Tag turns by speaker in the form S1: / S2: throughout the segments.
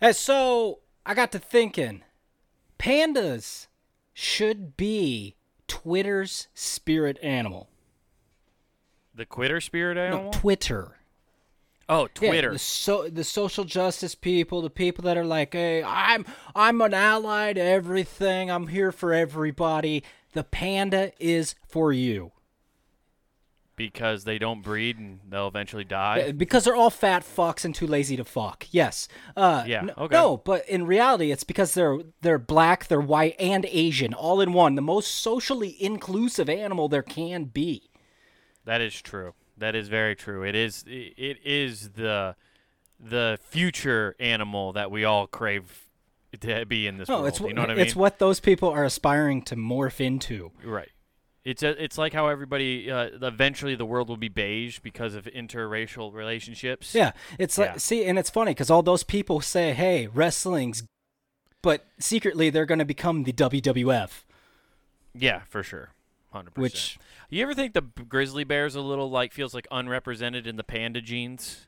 S1: And so I got to thinking pandas should be Twitter's spirit animal.
S2: The quitter spirit
S1: No,
S2: animal?
S1: Twitter.
S2: oh,
S1: Yeah,
S2: Twitter.
S1: the so the social justice people, the people that are like, "Hey, I'm I'm an ally to everything. I'm here for everybody." The panda is for you.
S2: because they don't breed and they'll eventually die.
S1: Uh, because they're all fat fucks and too lazy to fuck. Yes. Uh,
S2: Yeah,
S1: n- No,
S2: okay.
S1: but in reality, it's because they're they're black, they're white, and Asian, all in one. The most socially inclusive animal there can be.
S2: That is true. That is very true. It is i- it is the the future animal that we all crave to be in this
S1: No,
S2: world.
S1: Oh, it's wh-
S2: you know what I mean?
S1: it's what those people are aspiring to morph into.
S2: right. It's a, it's like how everybody uh, eventually the world will be beige because of interracial relationships.
S1: Yeah, it's like
S2: Yeah.
S1: see, and it's funny because all those people say, "Hey, wrestling's," but secretly they're going to become the WWF.
S2: Yeah, for sure. 100%.
S1: Which-
S2: You ever think the b- grizzly bear's a little like feels like unrepresented in the panda genes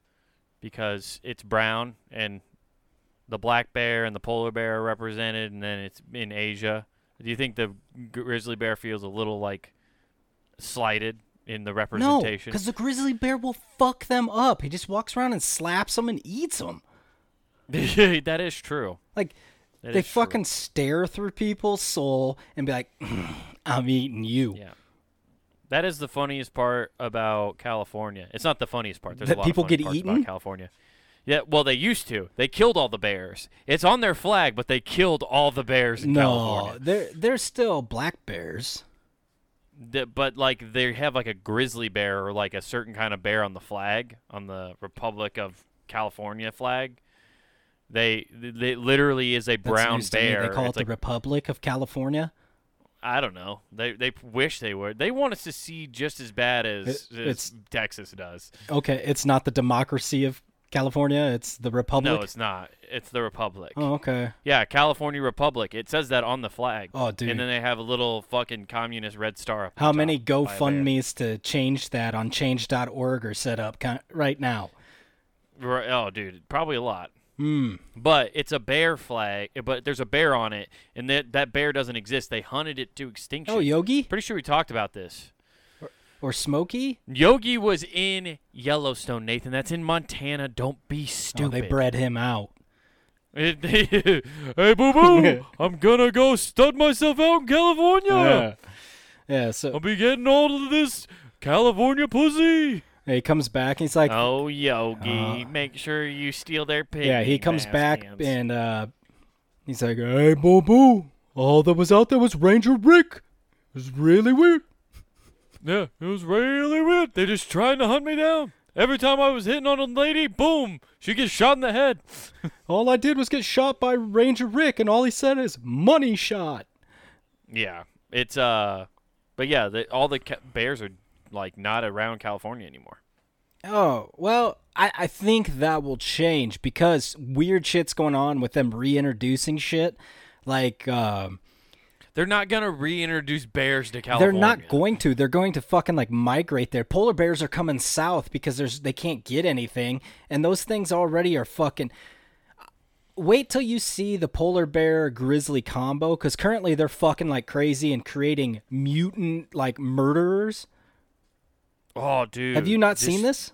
S2: because it's brown and the black bear and the polar bear are represented and then it's in Asia. Do you think the grizzly bear feels a little like slighted in the
S1: No,
S2: representation?
S1: because the grizzly bear will fuck them up. He just walks around and slaps them and eats them.
S2: that is true.
S1: Like
S2: That
S1: they
S2: is true.
S1: fucking stare through people's soul and be like, "Mm, "I'm eating you."
S2: Yeah. That is the funniest part about California. It's not the funniest part. There's
S1: That
S2: a lot
S1: people
S2: of funny
S1: get
S2: parts
S1: eaten?
S2: about California. Yeah, well, they used to. They killed all the bears. It's on their flag, but they killed all the bears in
S1: No,
S2: California.
S1: they're they're still black bears.
S2: The- but like they have like a grizzly bear or like a certain kind of bear on the flag on the Republic of California flag. They, they it literally is a
S1: That's
S2: brown
S1: news to me.
S2: bear.
S1: They call it
S2: It's
S1: the
S2: like-
S1: Republic of California.
S2: I don't know. They they wish they were. They want us to see just as bad as,
S1: It-
S2: as
S1: it's-
S2: Texas does.
S1: Okay, it's not the democracy of California. It's the Republic.
S2: No, it's not. It's the Republic.
S1: oh, okay.
S2: Yeah, California Republic. It says that on the flag.
S1: Oh, dude.
S2: And then they have a little fucking communist red star. Up
S1: How
S2: the
S1: many
S2: top by a bear.
S1: GoFundMe's to change that on change.org are set up con- right now?
S2: Right- Oh, dude, probably a lot.
S1: Hmm.
S2: But it's a bear flag. But there's a bear on it, and that that bear doesn't exist. They hunted it to extinction.
S1: Oh, Yogi
S2: Pretty sure we talked about this.
S1: or Smokey?
S2: Yogi was in Yellowstone, Nathan. That's in Montana. Don't be
S1: Oh,
S2: stupid.
S1: they bred him out.
S2: hey, boo boo! I'm gonna go stud myself out in California.
S1: Yeah, so
S2: be getting all of this California pussy.
S1: he comes back and he's like,
S2: Oh, Yogi, make sure you steal their pig.
S1: Uh, yeah, he comes back and uh, he's like, hey, boo boo, all that was out there was Ranger Rick. It was really weird.
S2: yeah, it was really weird. They're just trying to hunt me down. Every time I was hitting on a lady, boom, she gets shot in the head.
S1: All I did was get shot by Ranger Rick, and all he said is money shot.
S2: Yeah, it's uh, but yeah, the, all the ca- bears are like not around California anymore.
S1: Oh, well, I, I think that will change because weird shit's going on with them reintroducing shit. Like, um,
S2: They're not gonna reintroduce bears to
S1: they're
S2: California.
S1: not going to. They're going to fucking like migrate there. Polar bears are coming south because there's they can't get anything, and those things already are fucking. Wait till you see the polar bear grizzly combo because currently they're fucking like crazy and creating mutant like murderers.
S2: Oh, dude,
S1: Have you not seen this?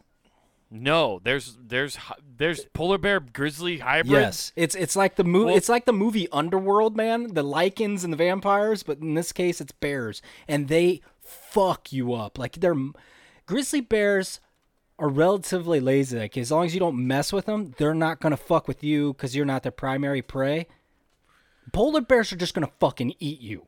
S2: No, there's there's hy- there's polar bear grizzly hybrids.
S1: Yes, it's it's like the movie.
S2: Well-
S1: it's like the movie Underworld, man. The lichens and the vampires, but in this case, it's bears, and they fuck you up. Like they're grizzly bears are relatively lazy. Like as long as you don't mess with them, they're not gonna fuck with you because you're not their primary prey. Polar bears are just gonna fucking eat you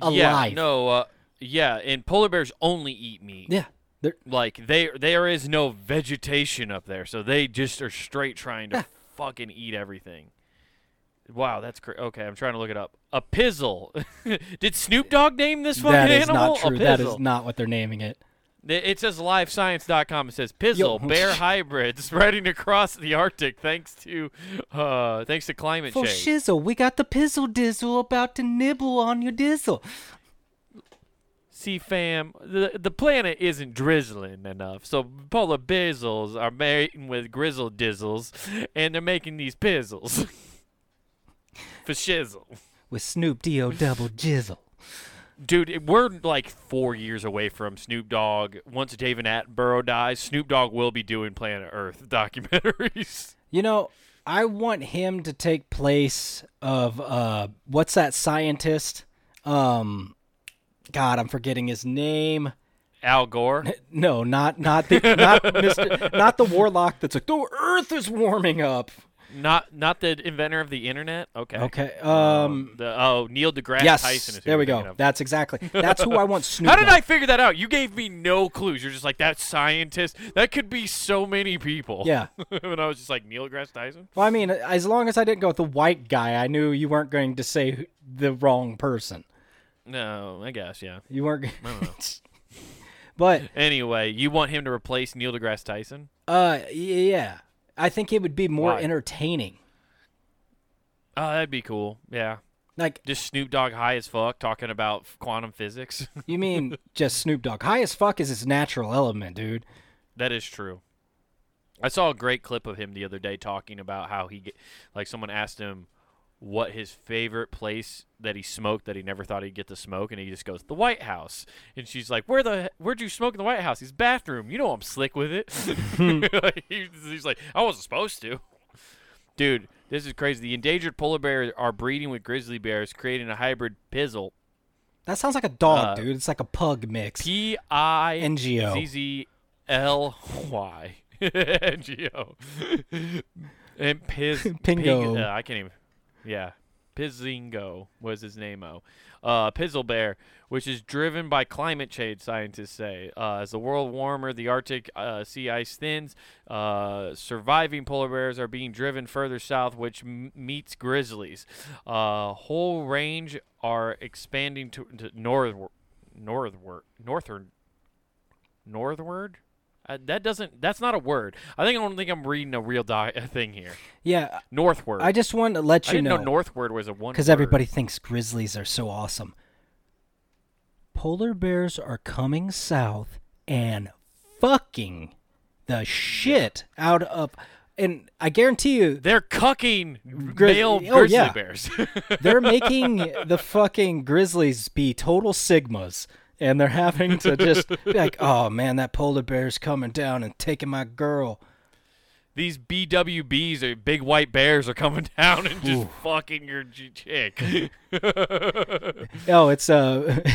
S1: alive.
S2: Yeah, no, uh, yeah, and polar bears only eat meat.
S1: Yeah, they're
S2: Like they there is no vegetation up there, so they just are straight trying to fucking eat everything. Wow, that's crazy. Okay, I'm trying to look it up. A pizzle. Did Snoop Dogg name this fucking
S1: that is
S2: animal?
S1: not true.
S2: A
S1: That
S2: pizzle.
S1: is not what they're naming it.
S2: Th- It says LiveScience.com. It says Pizzle
S1: Yo.
S2: bear hybrid spreading across the Arctic thanks to uh, thanks to climate
S1: For
S2: change.
S1: shizzle, we got the pizzle dizzle about to nibble on your dizzle.
S2: See, fam, the the planet isn't drizzling enough, so polar bizzles are mating with grizzle dizzles, and they're making these pizzles for shizzle.
S1: with Snoop D-O double jizzle.
S2: Dude, it- we're like four years away from Snoop Dogg. Once David Attenborough dies, Snoop Dogg will be doing Planet Earth documentaries.
S1: You know, I want him to take place of uh what's that scientist? Um God, I'm forgetting his name.
S2: Al Gore.
S1: No, not not the not Mr. not the warlock that's like the earth is warming up.
S2: Not not the inventor of the internet. Okay.
S1: Okay. Um
S2: The, oh, Neil deGrasse
S1: yes.
S2: Tyson. Is who
S1: there we
S2: you're thinking
S1: go.
S2: of.
S1: That's exactly. That's who I want Snoop.
S2: How did
S1: Dogg.
S2: I figure that out? You gave me no clues. You're just like that scientist. That could be so many people.
S1: Yeah.
S2: and I was just like Neil deGrasse Tyson.
S1: Well, I mean, as long as I didn't go with the white guy, I knew you weren't going to say who- the wrong person.
S2: No, I guess yeah.
S1: You weren't. g-
S2: I don't know.
S1: But
S2: anyway, you want him to replace Neil deGrasse Tyson?
S1: Uh, y- yeah. I think it would be more
S2: Why?
S1: entertaining.
S2: Oh, that'd be cool. Yeah.
S1: Like,
S2: Just Snoop Dogg high as fuck talking about f- quantum physics.
S1: you mean just Snoop Dogg? High as fuck is his natural element, dude.
S2: that is true. I saw a great clip of him the other day talking about how he, get, like, someone asked him what his favorite place that he smoked that he never thought he'd get to smoke, and he just goes the White House. And she's like, "Where the where'd you smoke in the White House? His bathroom. You know I'm slick with it." he's, he's like, "I wasn't supposed to." Dude, this is crazy. The endangered polar bears are breeding with grizzly bears, creating a hybrid pizzle.
S1: That sounds like a dog,
S2: Uh,
S1: dude. It's like a pug mix.
S2: P I
S1: N G O.
S2: Z Z L Y N G O. And Piz
S1: Pingo.
S2: Pig, uh, I can't even. Yeah. Pizzingo was his name. Oh, uh, Pizzle Bear, which is driven by climate change, scientists say. Uh, as the world warmer, the Arctic uh, sea ice thins. Uh, surviving polar bears are being driven further south, which m- meets grizzlies. Uh, whole range are expanding to, to northward, northward, northern, northward. Uh, that doesn't. That's not a word. I think I don't think I'm reading a real di- thing here.
S1: Yeah,
S2: Northward.
S1: I just wanted to let
S2: I
S1: you
S2: didn't know,
S1: know
S2: northward was a one.
S1: because
S2: word.
S1: everybody thinks grizzlies are so awesome. Polar bears are coming south and fucking the shit out of. And I guarantee you,
S2: They're cucking
S1: Grizz- oh,
S2: male grizzly
S1: yeah.
S2: bears.
S1: They're making the fucking Grizzlies be total sigmas, and they're having to just be like, "Oh man, that polar bear's coming down and taking my girl."
S2: These BWBs or uh, big white bears are coming down and just fucking your ch- chick.
S1: Oh, it's uh,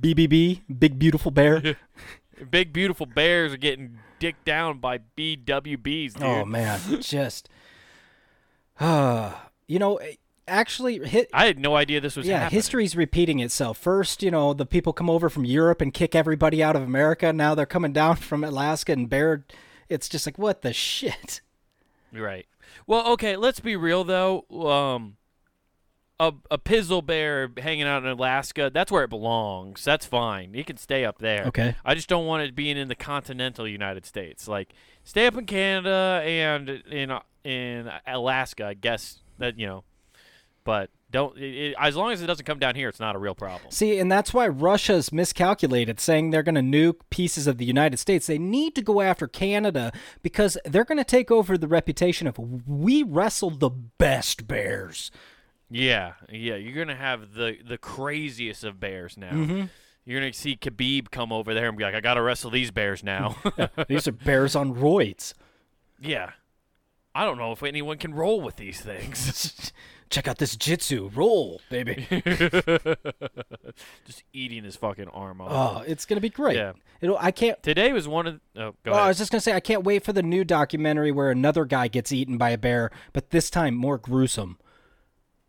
S1: BBB, big beautiful bear.
S2: big beautiful bears are getting dicked down by BWBs, dude.
S1: Oh man, just uh, you know, actually, hit.
S2: I had no idea this was
S1: Yeah,
S2: happening.
S1: history's repeating itself. First, you know, the people come over from Europe and kick everybody out of America. Now they're coming down from Alaska and bear. It's just like, what the shit?
S2: Right. Well, okay, let's be real though. Um a a pizzle bear hanging out in Alaska, that's where it belongs. That's fine. It can stay up there.
S1: Okay.
S2: I just don't want it being in the continental United States. Like stay up in Canada and in in Alaska, I guess that you know. But don't it, it, as long as it doesn't come down here, it's not a real problem.
S1: See, and that's why Russia's miscalculated, saying they're going to nuke pieces of the United States. They need to go after Canada because they're going to take over the reputation of we wrestle the best bears.
S2: Yeah, yeah, you're gonna have the the craziest of bears now.
S1: Mm-hmm.
S2: You're gonna see Khabib come over there and be like, "I gotta wrestle these bears now."
S1: These are bears on roids.
S2: Yeah. I don't know if anyone can roll with these things.
S1: Check out this jitsu roll, baby.
S2: Just eating his fucking arm off.
S1: Oh, it's going to be great.
S2: Yeah.
S1: It'll, I can't.
S2: Today was one of oh
S1: Oh,
S2: go
S1: I
S2: ahead.
S1: was just gonna say I can't wait for the new documentary where another guy gets eaten by a bear, but this time more gruesome.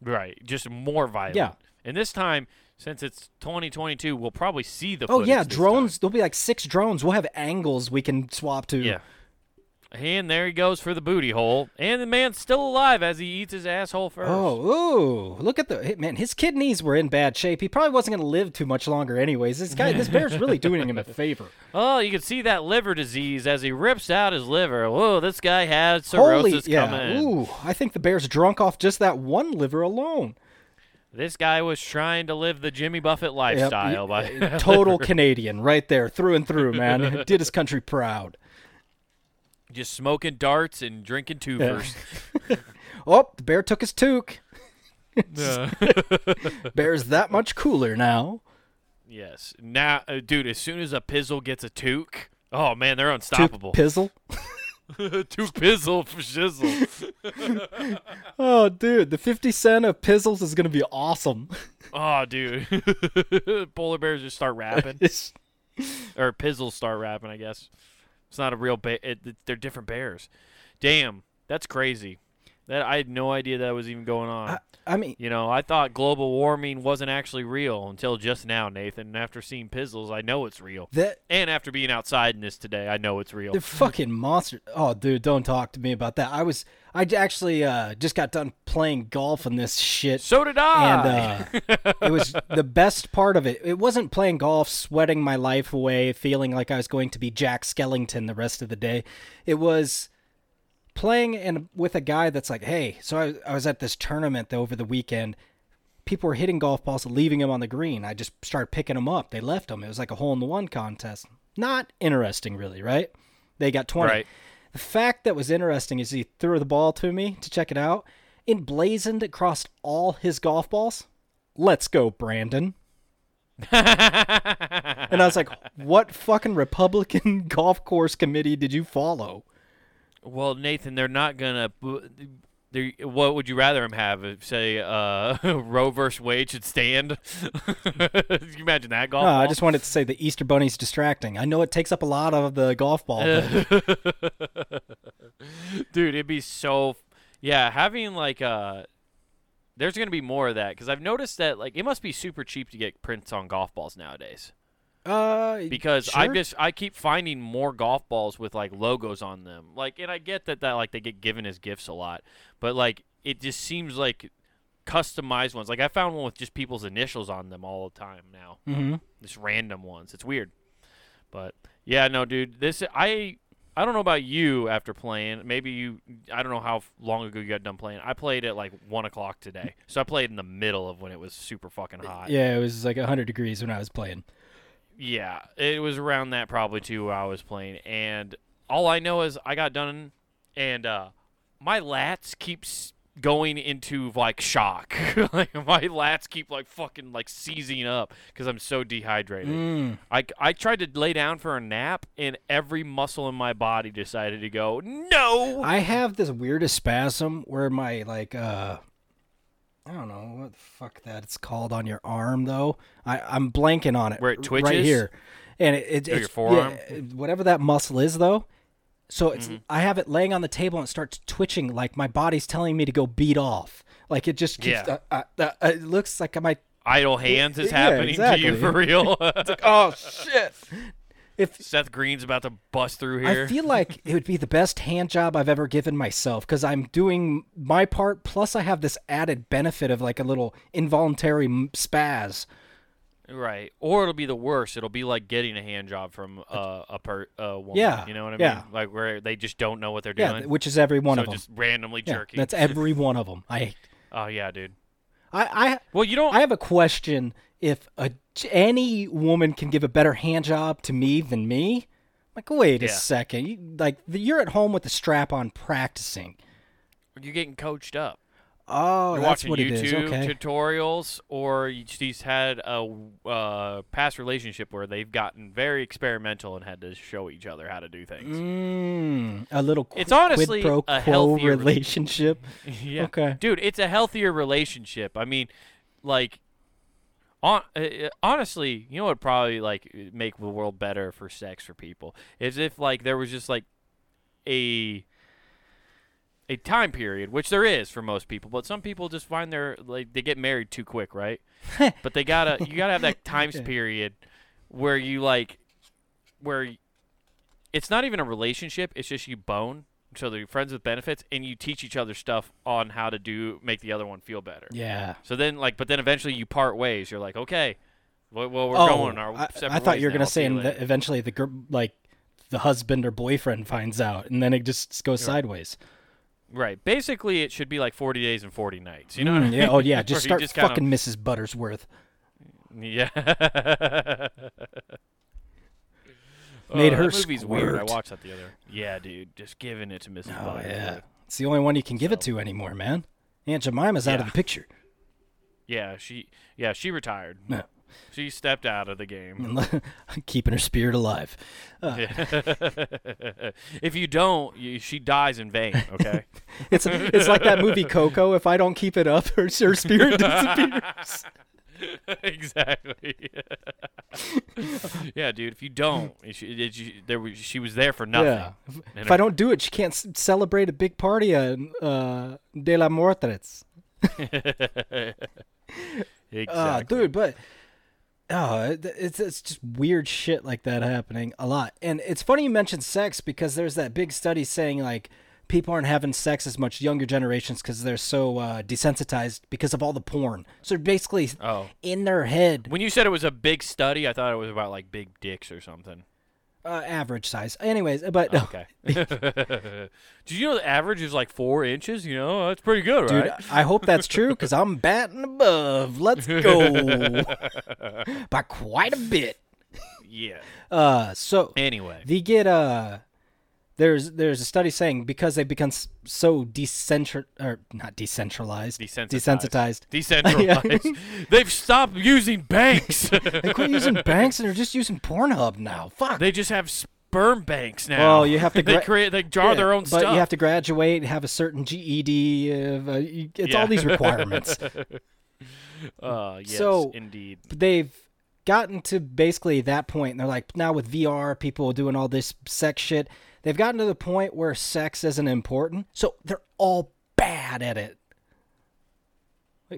S2: right. Just more violent.
S1: Yeah.
S2: And this time, since it's 2022, we'll probably see the.
S1: Oh yeah,
S2: footage this
S1: drones. There'll be like six drones. We'll have angles we can swap to.
S2: time. Yeah. And there he goes for the booty hole, and the man's still alive as he eats his asshole first.
S1: Oh, ooh! Look at the hey, man. His kidneys were in bad shape. He probably wasn't gonna live too much longer, anyways. This guy, this bear's really doing him a favor.
S2: Oh, you can see that liver disease as he rips out his liver. Whoa, this guy had cirrhosis
S1: Holy, yeah.
S2: coming.
S1: Ooh, I think the bear's drunk off just that one liver alone.
S2: This guy was trying to live the Jimmy Buffett
S1: Yep,
S2: lifestyle.
S1: y-
S2: by
S1: total Canadian right there, through and through, man. Did his country proud.
S2: just smoking darts and drinking twofers.
S1: Oh, the bear took his toque.
S2: Uh,
S1: Bear's that much cooler now.
S2: yes. Now, uh, dude, as soon as a Pizzle gets a toque, oh man, they're
S1: Toque
S2: unstoppable.
S1: pizzle.
S2: Toque Pizzle for shizzle.
S1: Oh, dude, the 50 cent of pizzles is going to be awesome.
S2: oh, dude. Polar bears just start rapping,
S1: It's-
S2: or Pizzles start rapping. I guess it's not a real bear. It, it- they're different bears. Damn, that's crazy. That I had no idea that was even going on.
S1: I, I mean,
S2: You know, I thought global warming wasn't actually real until just now, Nathan. And after seeing Pizzles, I know it's real.
S1: that
S2: And after being outside in this today, I know it's real.
S1: the fucking monster. Oh, dude, don't talk to me about that. I was, I j- actually uh, just got done playing golf in this shit.
S2: So did I.
S1: and uh, it was the best part of it. It wasn't playing golf, sweating my life away, feeling like I was going to be Jack Skellington the rest of the day. It was playing and with a guy that's like, hey, so I, I was at this tournament over the weekend. People were hitting golf balls, leaving them on the green. I just started picking them up. They left them. It was like a hole in the one contest. Not interesting, really, right? They got 20.
S2: Right.
S1: The fact that was interesting is he threw the ball to me to check it out, emblazoned across all his golf balls. Let's go, Brandon. And I was like, what fucking Republican golf course committee did you follow?
S2: well, Nathan, they're not gonna. They're, what would you rather him have? If, Say uh, Roe versus Wade should stand. Can you imagine that golf?
S1: No, Uh, I
S2: ball?
S1: just wanted to say the Easter Bunny's distracting. I know it takes up a lot of the golf ball. but
S2: dude it'd be so yeah having like uh there's gonna be more of that because i've noticed that like it must be super cheap to get prints on golf balls nowadays
S1: uh,
S2: because i
S1: sure.
S2: just i keep finding more golf balls with like logos on them like and i get that that like they get given as gifts a lot but like it just seems like customized ones like i found one with just people's initials on them all the time now
S1: Mhm.
S2: just random ones. It's weird. But yeah, no, dude, this I I don't know about you after playing. Maybe you I don't know how f- long ago you got done playing. I played at like one o'clock today, so I played in the middle of when it was super fucking hot.
S1: Yeah, it was like 100 degrees when I was playing.
S2: Yeah, it was around that probably too. Where I was playing, and all I know is I got done, and uh, my lats keeps going into like shock. like my lats keep like fucking like seizing up because I'm so dehydrated.
S1: Mm.
S2: I I tried to lay down for a nap, and every muscle in my body decided to go no.
S1: I have this weirdest spasm where my like uh I don't know what the fuck that it's called on your arm though. I I'm blanking on it.
S2: Where it
S1: r- right
S2: twitches? Oh,
S1: here, and it, it
S2: your
S1: it's yeah,
S2: forearm? Mm-hmm.
S1: it- whatever that muscle is though. So it's I have it laying on the table and it starts twitching like my body's telling me to go beat off. Like it just keeps.
S2: Yeah.
S1: Uh, uh, uh, it looks like my
S2: Idle hands is
S1: Yeah,
S2: happening to you
S1: exactly.
S2: for real.
S1: oh shit. If
S2: Seth Green's about to bust through here.
S1: I feel like it would be the best hand job I've ever given myself because I'm doing my part. Plus, I have this added benefit of like a little involuntary m- spaz.
S2: Right. Or it'll be the worst. It'll be like getting a hand job from uh, a per a woman.
S1: Yeah,
S2: You know what I
S1: yeah.
S2: mean? Like where they just don't know what they're
S1: Yeah,
S2: doing.
S1: which is every one
S2: so
S1: of them.
S2: just randomly
S1: Yeah,
S2: jerky.
S1: that's every one of them. I,
S2: oh yeah, dude.
S1: I,
S2: Well, you don't.
S1: I, I have a question. If a, any woman can give a better hand job to me than me, like wait a
S2: Yeah.
S1: second, you, like you're at home with the strap on practicing.
S2: you're getting coached up.
S1: Oh,
S2: You're
S1: that's
S2: watching
S1: what it
S2: YouTube
S1: is. Okay.
S2: tutorials, or you- she's had a uh, past relationship where they've gotten very experimental and had to show each other how to do things.
S1: Mm, a little. Qu-
S2: It's
S1: quid
S2: honestly
S1: pro quo
S2: a healthier rela-
S1: relationship.
S2: yeah.
S1: Okay.
S2: Dude, it's a healthier relationship. I mean, like on, uh, honestly, you know what would probably like make the world better for sex for people is if like there was just like a a time period, which there is for most people, but some people just find their like they get married too quick, right? but they gotta you gotta have that time period where you like where y- it's not even a relationship, it's just you bone. So they're friends with benefits and you teach each other stuff on how to do make the other one feel better.
S1: Yeah.
S2: So then like but then eventually you part ways. You're like, okay, well, well we're
S1: oh,
S2: going our
S1: I,
S2: separate
S1: I thought you were
S2: going to
S1: gonna say, and that eventually the gir- like the husband or boyfriend finds out, and then it just goes sideways.
S2: Right. Basically, it should be like 40 days and 40 nights. You know? what I
S1: Mm, yeah. Oh yeah.
S2: mean? Where
S1: Just
S2: you
S1: start
S2: kinda-
S1: fucking Mrs. Buttersworth.
S2: Yeah.
S1: Made
S2: Oh,
S1: her
S2: that movie's weird. I
S1: squirt.
S2: watched that the other. Yeah, dude. Just giving it to Mrs.
S1: Oh
S2: Butterworth.
S1: yeah. It's the only one you can give it to anymore, man. Aunt Jemima's out of
S2: Yeah.
S1: the picture.
S2: Yeah, she. Yeah, she retired.
S1: Yeah.
S2: She stepped out of the game.
S1: Keeping her spirit alive. Uh,
S2: if you don't, you, she dies in vain. Okay.
S1: It's it's like that movie Coco. If I don't keep it up, her, her spirit disappears.
S2: exactly. yeah, dude. If you don't, she, it, she, there was, she was there for nothing.
S1: Yeah. If-
S2: And
S1: If I don't do it, she can't s- celebrate a big party at uh, De La Muertes. Uh,
S2: exactly.
S1: dude, but oh, it- it's it's just weird shit like that happening a lot. And it's funny you mentioned sex because there's that big study saying like people aren't having sex as much younger generations because they're so uh, desensitized because of all the porn. So basically,
S2: Oh.
S1: in their head,
S2: When you said it was a big study, I thought it was about like big dicks or something.
S1: uh, average size. Anyways, uh, but
S2: Okay. Did you know the average is like four inches? You know, that's pretty good,
S1: Dude, uh,
S2: right?
S1: I hope that's true because I'm batting above. Let's go by quite a bit.
S2: Yeah.
S1: Uh, so
S2: Anyway.
S1: they get uh, there's there's a study saying because they become s- so decentral or not decentralized,
S2: Desensitized.
S1: desensitized.
S2: Decentralized. They've stopped using banks.
S1: They quit using banks and they're just using Pornhub now. Fuck.
S2: they just have sperm banks now.
S1: Well, you have to
S2: they
S1: gra-
S2: create. They jar
S1: Yeah,
S2: their own
S1: but
S2: stuff.
S1: you have to graduate, have a certain GED. Of, uh, you- it's
S2: Yeah.
S1: all these requirements.
S2: Uh, yes,
S1: So-
S2: indeed.
S1: they've gotten to basically that point and they're like now with VR people doing all this sex shit they've gotten to the point where sex isn't important so they're all bad at it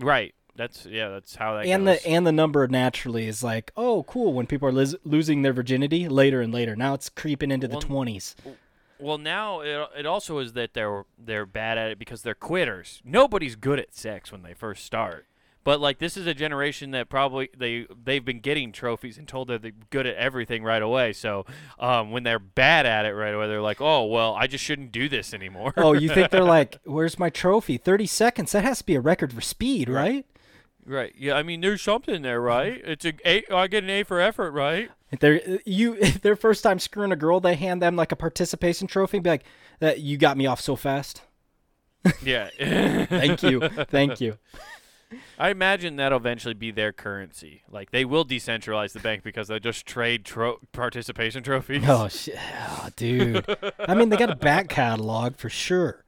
S2: Right. That's yeah. That's how that
S1: and
S2: goes.
S1: the and the number naturally is like oh cool when people are lis- losing their virginity later and later now it's creeping into the
S2: Well,
S1: 20s
S2: Well, now it, it also is that they're they're bad at it because they're quitters. Nobody's good at sex when they first start. But like this is a generation that probably they they've been getting trophies and told that they're good at everything right away. So um, when they're bad at it right away, they're like, oh well, I just shouldn't do this anymore.
S1: oh you think they're like where's my trophy 30 seconds that has to be a record for speed right
S2: right? Yeah. I mean, there's something there, right? It's a a I get an A for effort, right?
S1: If they're uh, you their first time screwing a girl they hand them like a participation trophy and be like that you got me off so fast
S2: Yeah.
S1: thank you thank you
S2: I imagine that'll eventually be their currency. Like they will decentralize the bank because they'll just trade tro- participation trophies.
S1: Oh shit, oh, dude! I mean, they got a back catalog for sure.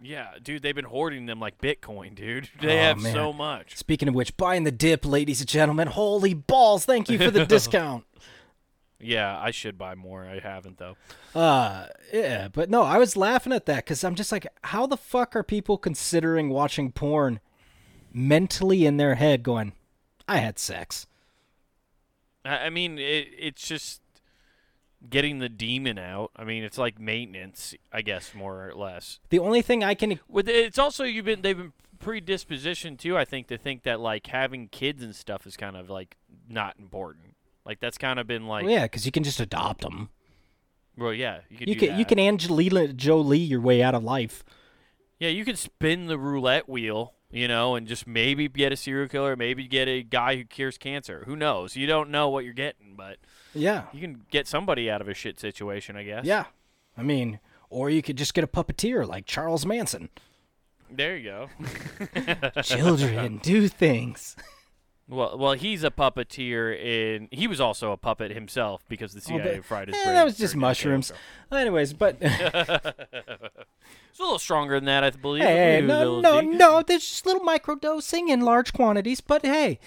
S2: Yeah, dude, they've been hoarding them like Bitcoin, dude. They
S1: Oh,
S2: have
S1: man.
S2: so much.
S1: Speaking of which, buying the dip, ladies and gentlemen. Holy balls! Thank you for the discount.
S2: Yeah, I should buy more. I haven't though.
S1: Uh, yeah, but no, I was laughing at that because I'm just like, how the fuck are people considering watching porn mentally in their head, going, "I had sex."
S2: I, I mean, it, it's just getting the demon out. I mean, it's like maintenance, I guess, more or less.
S1: The only thing I can
S2: With it's also you've been they've been predispositioned too. I think to think that like having kids and stuff is kind of like not important. Like that's kind of been like,
S1: well, yeah, because you can just adopt them.
S2: well, yeah, you could
S1: You
S2: do
S1: can you
S2: that.
S1: can Angelina Jolie your way out of life.
S2: Yeah, you can spin the roulette wheel, you know, and just maybe get a serial killer, maybe get a guy who cures cancer. Who knows? You don't know what you're getting, but
S1: Yeah,
S2: you can get somebody out of a shit situation, I guess.
S1: yeah. I mean, or you could just get a puppeteer like Charles Manson.
S2: There you go.
S1: children do things.
S2: well, well, he's a puppeteer in he was also a puppet himself because the CIA fried his
S1: Eh,
S2: brain.
S1: that was just
S2: 30 decades
S1: mushrooms.
S2: ago.
S1: Anyways, but hey,
S2: It's a little stronger than that, I believe.
S1: hey,
S2: Ooh,
S1: Eh, no,
S2: little
S1: uh, no,
S2: D.
S1: no. There's just little microdosing in large quantities, but hey,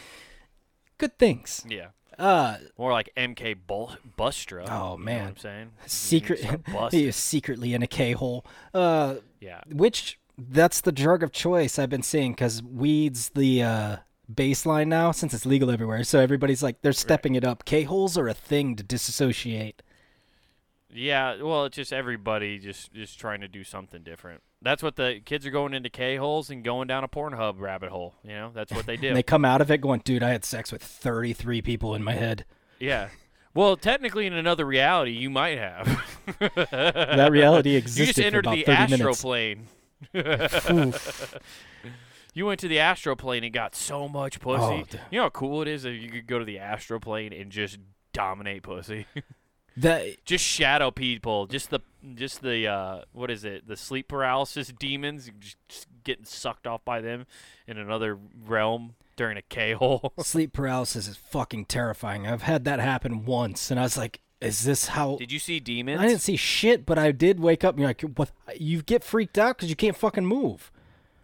S1: good things.
S2: Yeah.
S1: Uh,
S2: More like MK Bul- Bustra. you know what
S1: Oh, man.
S2: I'm saying?
S1: secret.
S2: Start busting.
S1: he is secretly in a K hole. Uh,
S2: Yeah.
S1: which that's the drug of choice I've been seeing because weed's the uh baseline now since it's legal everywhere. So everybody's like they're stepping it up. K holes are a thing to disassociate.
S2: Yeah, well, it's just everybody just just trying to do something different. That's what the kids are going into K holes and going down a Pornhub rabbit hole. You know, that's what they do.
S1: And they come out of it going, dude, I had sex with 33 people in my head.
S2: yeah. Well, technically, in another reality, you might have.
S1: that reality
S2: you
S1: existed
S2: just
S1: for
S2: entered
S1: about
S2: the
S1: 30
S2: astral
S1: minutes.
S2: plane.
S1: Oof.
S2: You went to the astroplane and got so much pussy.
S1: Oh, dude.
S2: you know how cool it is if you could go to the astroplane and just dominate pussy.
S1: That
S2: just shadow people, just the just the uh what is it? The sleep paralysis demons just, just getting sucked off by them in another realm during a K-hole.
S1: sleep paralysis is fucking terrifying. I've had that happen once, and I was like, "Is this how?"
S2: Did you see demons?
S1: I didn't see shit, but I did wake up. and You're like, "What?" You get freaked out because you can't fucking move.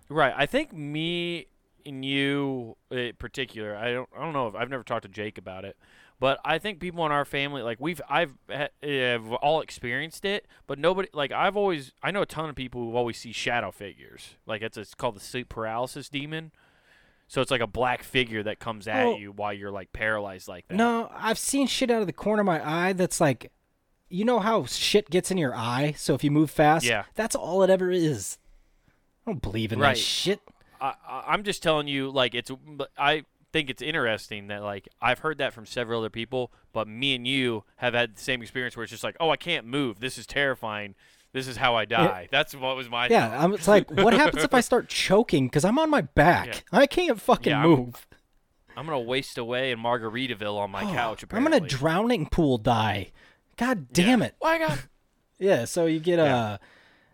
S2: Right. I think me and you uh, in particular. I don't. I don't know if I've never talked to Jake about it, but I think people in our family, like we've, I've, ha- have all experienced it, but nobody, like I've always, I know a ton of people who always see shadow figures. Like it's it's called the sleep paralysis demon. So it's like a black figure that comes at
S1: Well-
S2: you while you're like paralyzed like that.
S1: No, I've seen shit out of the corner of my eye that's like, you know how shit gets in your eye? So if you move fast,
S2: Yeah.
S1: that's all it ever is. I don't believe in
S2: Right.
S1: that shit.
S2: I, I- I'm just telling you, like it's. but I think it's interesting that like I've heard that from several other people, but me and you have had the same experience where it's just like, oh, I can't move. This is terrifying. This is how I die. That's what was my.
S1: Yeah, I'm, it's like, what happens if I start choking? Because I'm on my back. I can't fucking
S2: Yeah, I'm
S1: move.
S2: I'm gonna waste away in Margaritaville on my couch.
S1: Oh, I'm
S2: Apparently.
S1: in a drowning pool die. God damn it.
S2: Why God?
S1: Yeah, so you get
S2: Yeah.
S1: Uh,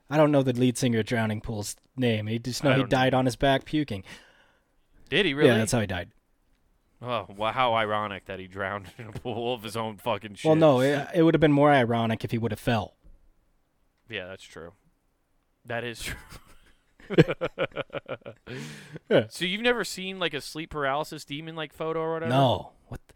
S1: I don't know the lead singer of Drowning Pool's name. He just know
S2: I
S1: he
S2: don't know.
S1: died on his back puking.
S2: Did he really?
S1: Yeah, that's how he died.
S2: oh, well, how ironic that he drowned in a pool of his own fucking shit.
S1: Well, no, it, it would have been more ironic if he would have fell.
S2: Yeah, that's true. That is true.
S1: Yeah.
S2: So you've never seen like a sleep paralysis demon like photo or whatever?
S1: No. What the-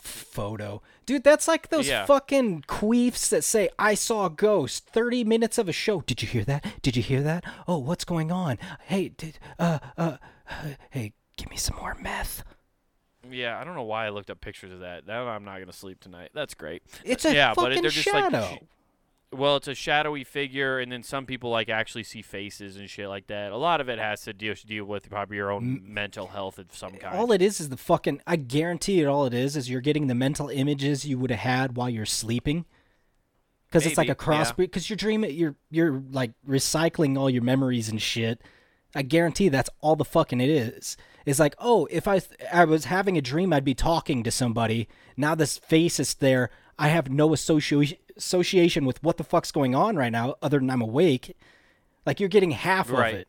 S1: photo? Dude, that's like those
S2: Yeah.
S1: fucking queefs that say, I saw a ghost. 30 minutes of a show. Did you hear that? Did you hear that? Oh, what's going on? Hey, did, uh, uh, uh, hey, give me some more meth.
S2: Yeah, I don't know why I looked up pictures of that. Now I'm not gonna sleep tonight. That's great.
S1: It's a
S2: yeah, but it-
S1: fucking
S2: they're just
S1: shadow.
S2: like. sh- Well, it's a shadowy figure, and then some people like actually see faces and shit like that. A lot of it has to deal, deal with probably your own mental health of some kind.
S1: all it is is the fucking, I guarantee it, all it is is you're getting the mental images you would have had while you're sleeping. Because it's like
S2: Maybe,
S1: a cross
S2: yeah.
S1: because you're dreaming, you're, you're like recycling all your memories and shit. I guarantee that's all the fucking it is. It's like, oh, if I I was having a dream, I'd be talking to somebody. Now this face is there. I have no association association with what the fuck's going on right now, other than I'm awake. Like you're getting half
S2: Right.
S1: of it.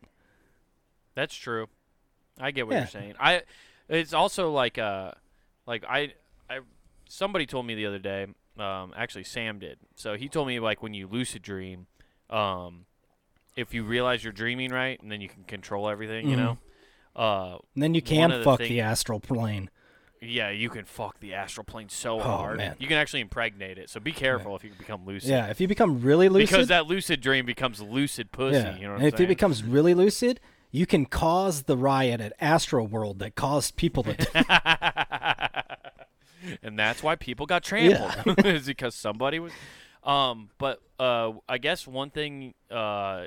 S2: That's true. I get what
S1: Yeah.
S2: you're saying. I it's also like uh like I I somebody told me the other day, um actually Sam did. So he told me like when you lucid dream, um if you realize you're dreaming right and then you can control everything,
S1: Mm-hmm.
S2: you know. Uh
S1: And then you
S2: of
S1: can
S2: the
S1: fuck
S2: thing-
S1: the astral plane.
S2: yeah, you can fuck the astral plane so hard.
S1: Oh, man.
S2: You can actually impregnate it. So be careful if you become lucid.
S1: Yeah, if you become really lucid,
S2: Because that lucid dream becomes lucid pussy,
S1: yeah.
S2: you know what
S1: and
S2: I'm
S1: if it
S2: saying?
S1: becomes really lucid, you can cause the riot at Astro World that caused people to
S2: and that's why people got trampled is because somebody was um but uh i guess one thing uh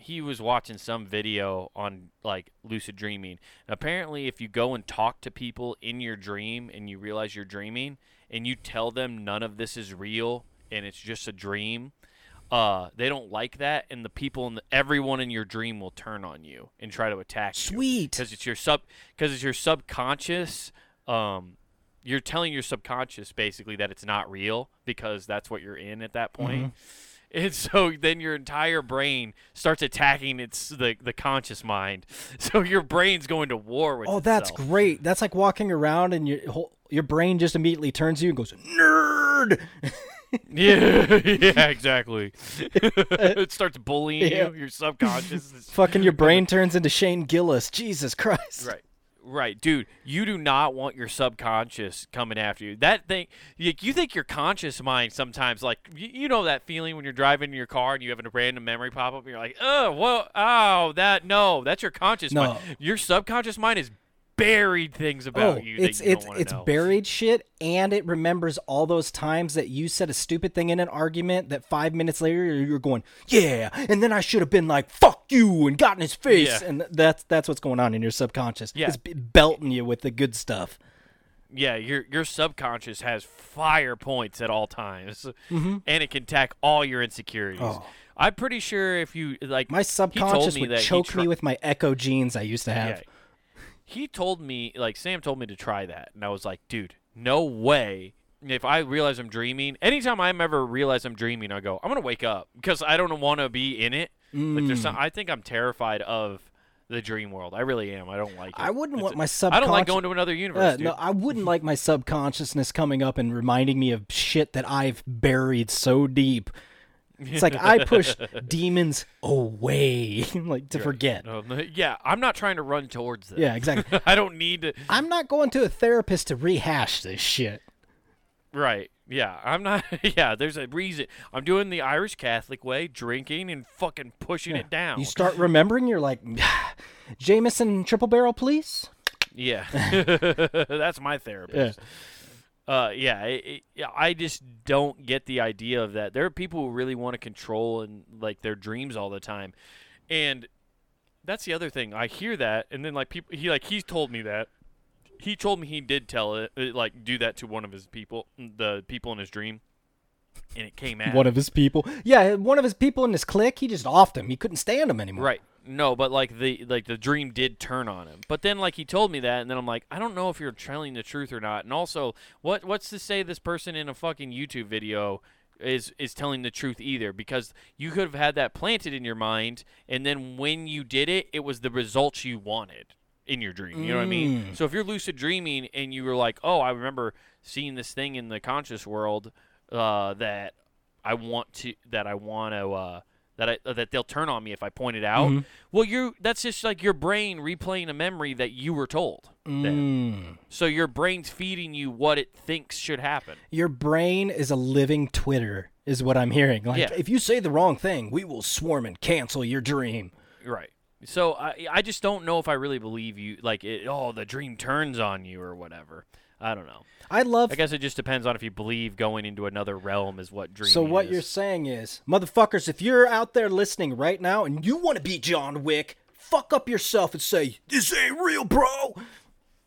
S2: he was watching some video on like lucid dreaming apparently if you go and talk to people in your dream and you realize you're dreaming and you tell them none of this is real and it's just a dream uh, they don't like that, and the people and everyone in your dream will turn on you and try to attack you
S1: sweet.
S2: because it's your sub because it's your subconscious um you're telling your subconscious basically that it's not real because that's what you're in at that
S1: Mm-hmm.
S2: point and so then your entire brain starts attacking its the the conscious mind so your brain's going to war with
S1: Oh, that's
S2: itself.
S1: great. That's like walking around and your whole, your brain just immediately turns you and goes nerd.
S2: yeah yeah exactly it starts bullying
S1: Yeah.
S2: you your subconscious is
S1: Fucking your brain turns into Shane Gillis. Jesus Christ.
S2: Right. Right, dude. You do not want your subconscious coming after you. That thing, you, you think your conscious mind sometimes, like you, you know that feeling when you're driving in your car and you have a random memory pop up, and you're like, oh, whoa, oh, that no, that's your conscious
S1: No.
S2: mind. Your subconscious mind is buried things about
S1: Oh,
S2: you that
S1: it's
S2: you
S1: it's
S2: don't wanna
S1: it's
S2: know.
S1: buried shit, and it remembers all those times that you said a stupid thing in an argument. That five minutes later you're going, yeah, and then I should have been like, fuck you, and got in his face,
S2: Yeah.
S1: and that's that's what's going on in your subconscious.
S2: Yeah.
S1: It's b- belting you with the good stuff.
S2: Yeah, your your subconscious has fire points at all times, and it can attack all your insecurities.
S1: Mm-hmm. Oh.
S2: I'm pretty sure if you like
S1: My subconscious
S2: me
S1: would
S2: that he
S1: choke
S2: tri-
S1: me with my Echo jeans I used to have.
S2: Yeah. He told me, like, Sam told me to try that. And I was like, dude, no way. If I realize I'm dreaming, anytime I ever realize I'm dreaming, I go, I'm going to wake up because I don't want to be in it. Like, there's
S1: Mm.
S2: some, I think I'm terrified of the dream world. I really am. I don't like it.
S1: I wouldn't
S2: It's-
S1: want my
S2: I don't like
S1: subconscious-
S2: going to another universe.
S1: Uh,
S2: dude.
S1: no, I wouldn't like my subconsciousness coming up and reminding me of shit that I've buried so deep. It's like I push demons away, like to forget.
S2: No, no, Um, yeah, I'm not trying to run towards this.
S1: Yeah, exactly.
S2: I don't need to.
S1: I'm not going to a therapist to rehash this shit.
S2: Right. Yeah, I'm not. Yeah, there's a reason. I'm doing the Irish Catholic way, drinking and fucking pushing it down.
S1: You start remembering, you're like, Jameson triple barrel, please.
S2: yeah, that's my therapist. Uh, yeah, it, it- yeah, I just don't get the idea of that. There are people who really want to control and like their dreams all the time, and that's the other thing. I hear that, and then like people, he like he's told me that. He told me he did tell it, uh, like do that to one of his people, the people in his dream, and it came out.
S1: One of his people, yeah, one of his people in his clique, he just offed him. He couldn't stand him anymore.
S2: Right. No, but like the like the dream did turn on him. But then like he told me that and then I'm like, I don't know if you're telling the truth or not. And also, what what's to say this person in a fucking YouTube video is is telling the truth either because you could have had that planted in your mind and then when you did it, it was the results you wanted in your dream. You know what I mean? So if you're lucid dreaming and you were like, "Oh, I remember seeing this thing in the conscious world uh, that I want to that I want to uh, that I that they'll turn on me if I point it out." Well, you that's just like your brain replaying a memory that you were told. then.
S1: Mm.
S2: So your brain's feeding you what it thinks should happen.
S1: Your brain is a living Twitter, is what I'm hearing. Like,
S2: Yeah.
S1: if you say the wrong thing, we will swarm and cancel your dream.
S2: Right. So I I just don't know if I really believe you like it, oh the dream turns on you or whatever. I don't know.
S1: I love.
S2: I guess it just depends on if you believe going into another realm is what dream
S1: so what
S2: is.
S1: you're saying is, motherfuckers, if you're out there listening right now and you want to be John Wick, fuck up yourself and say this ain't real, bro.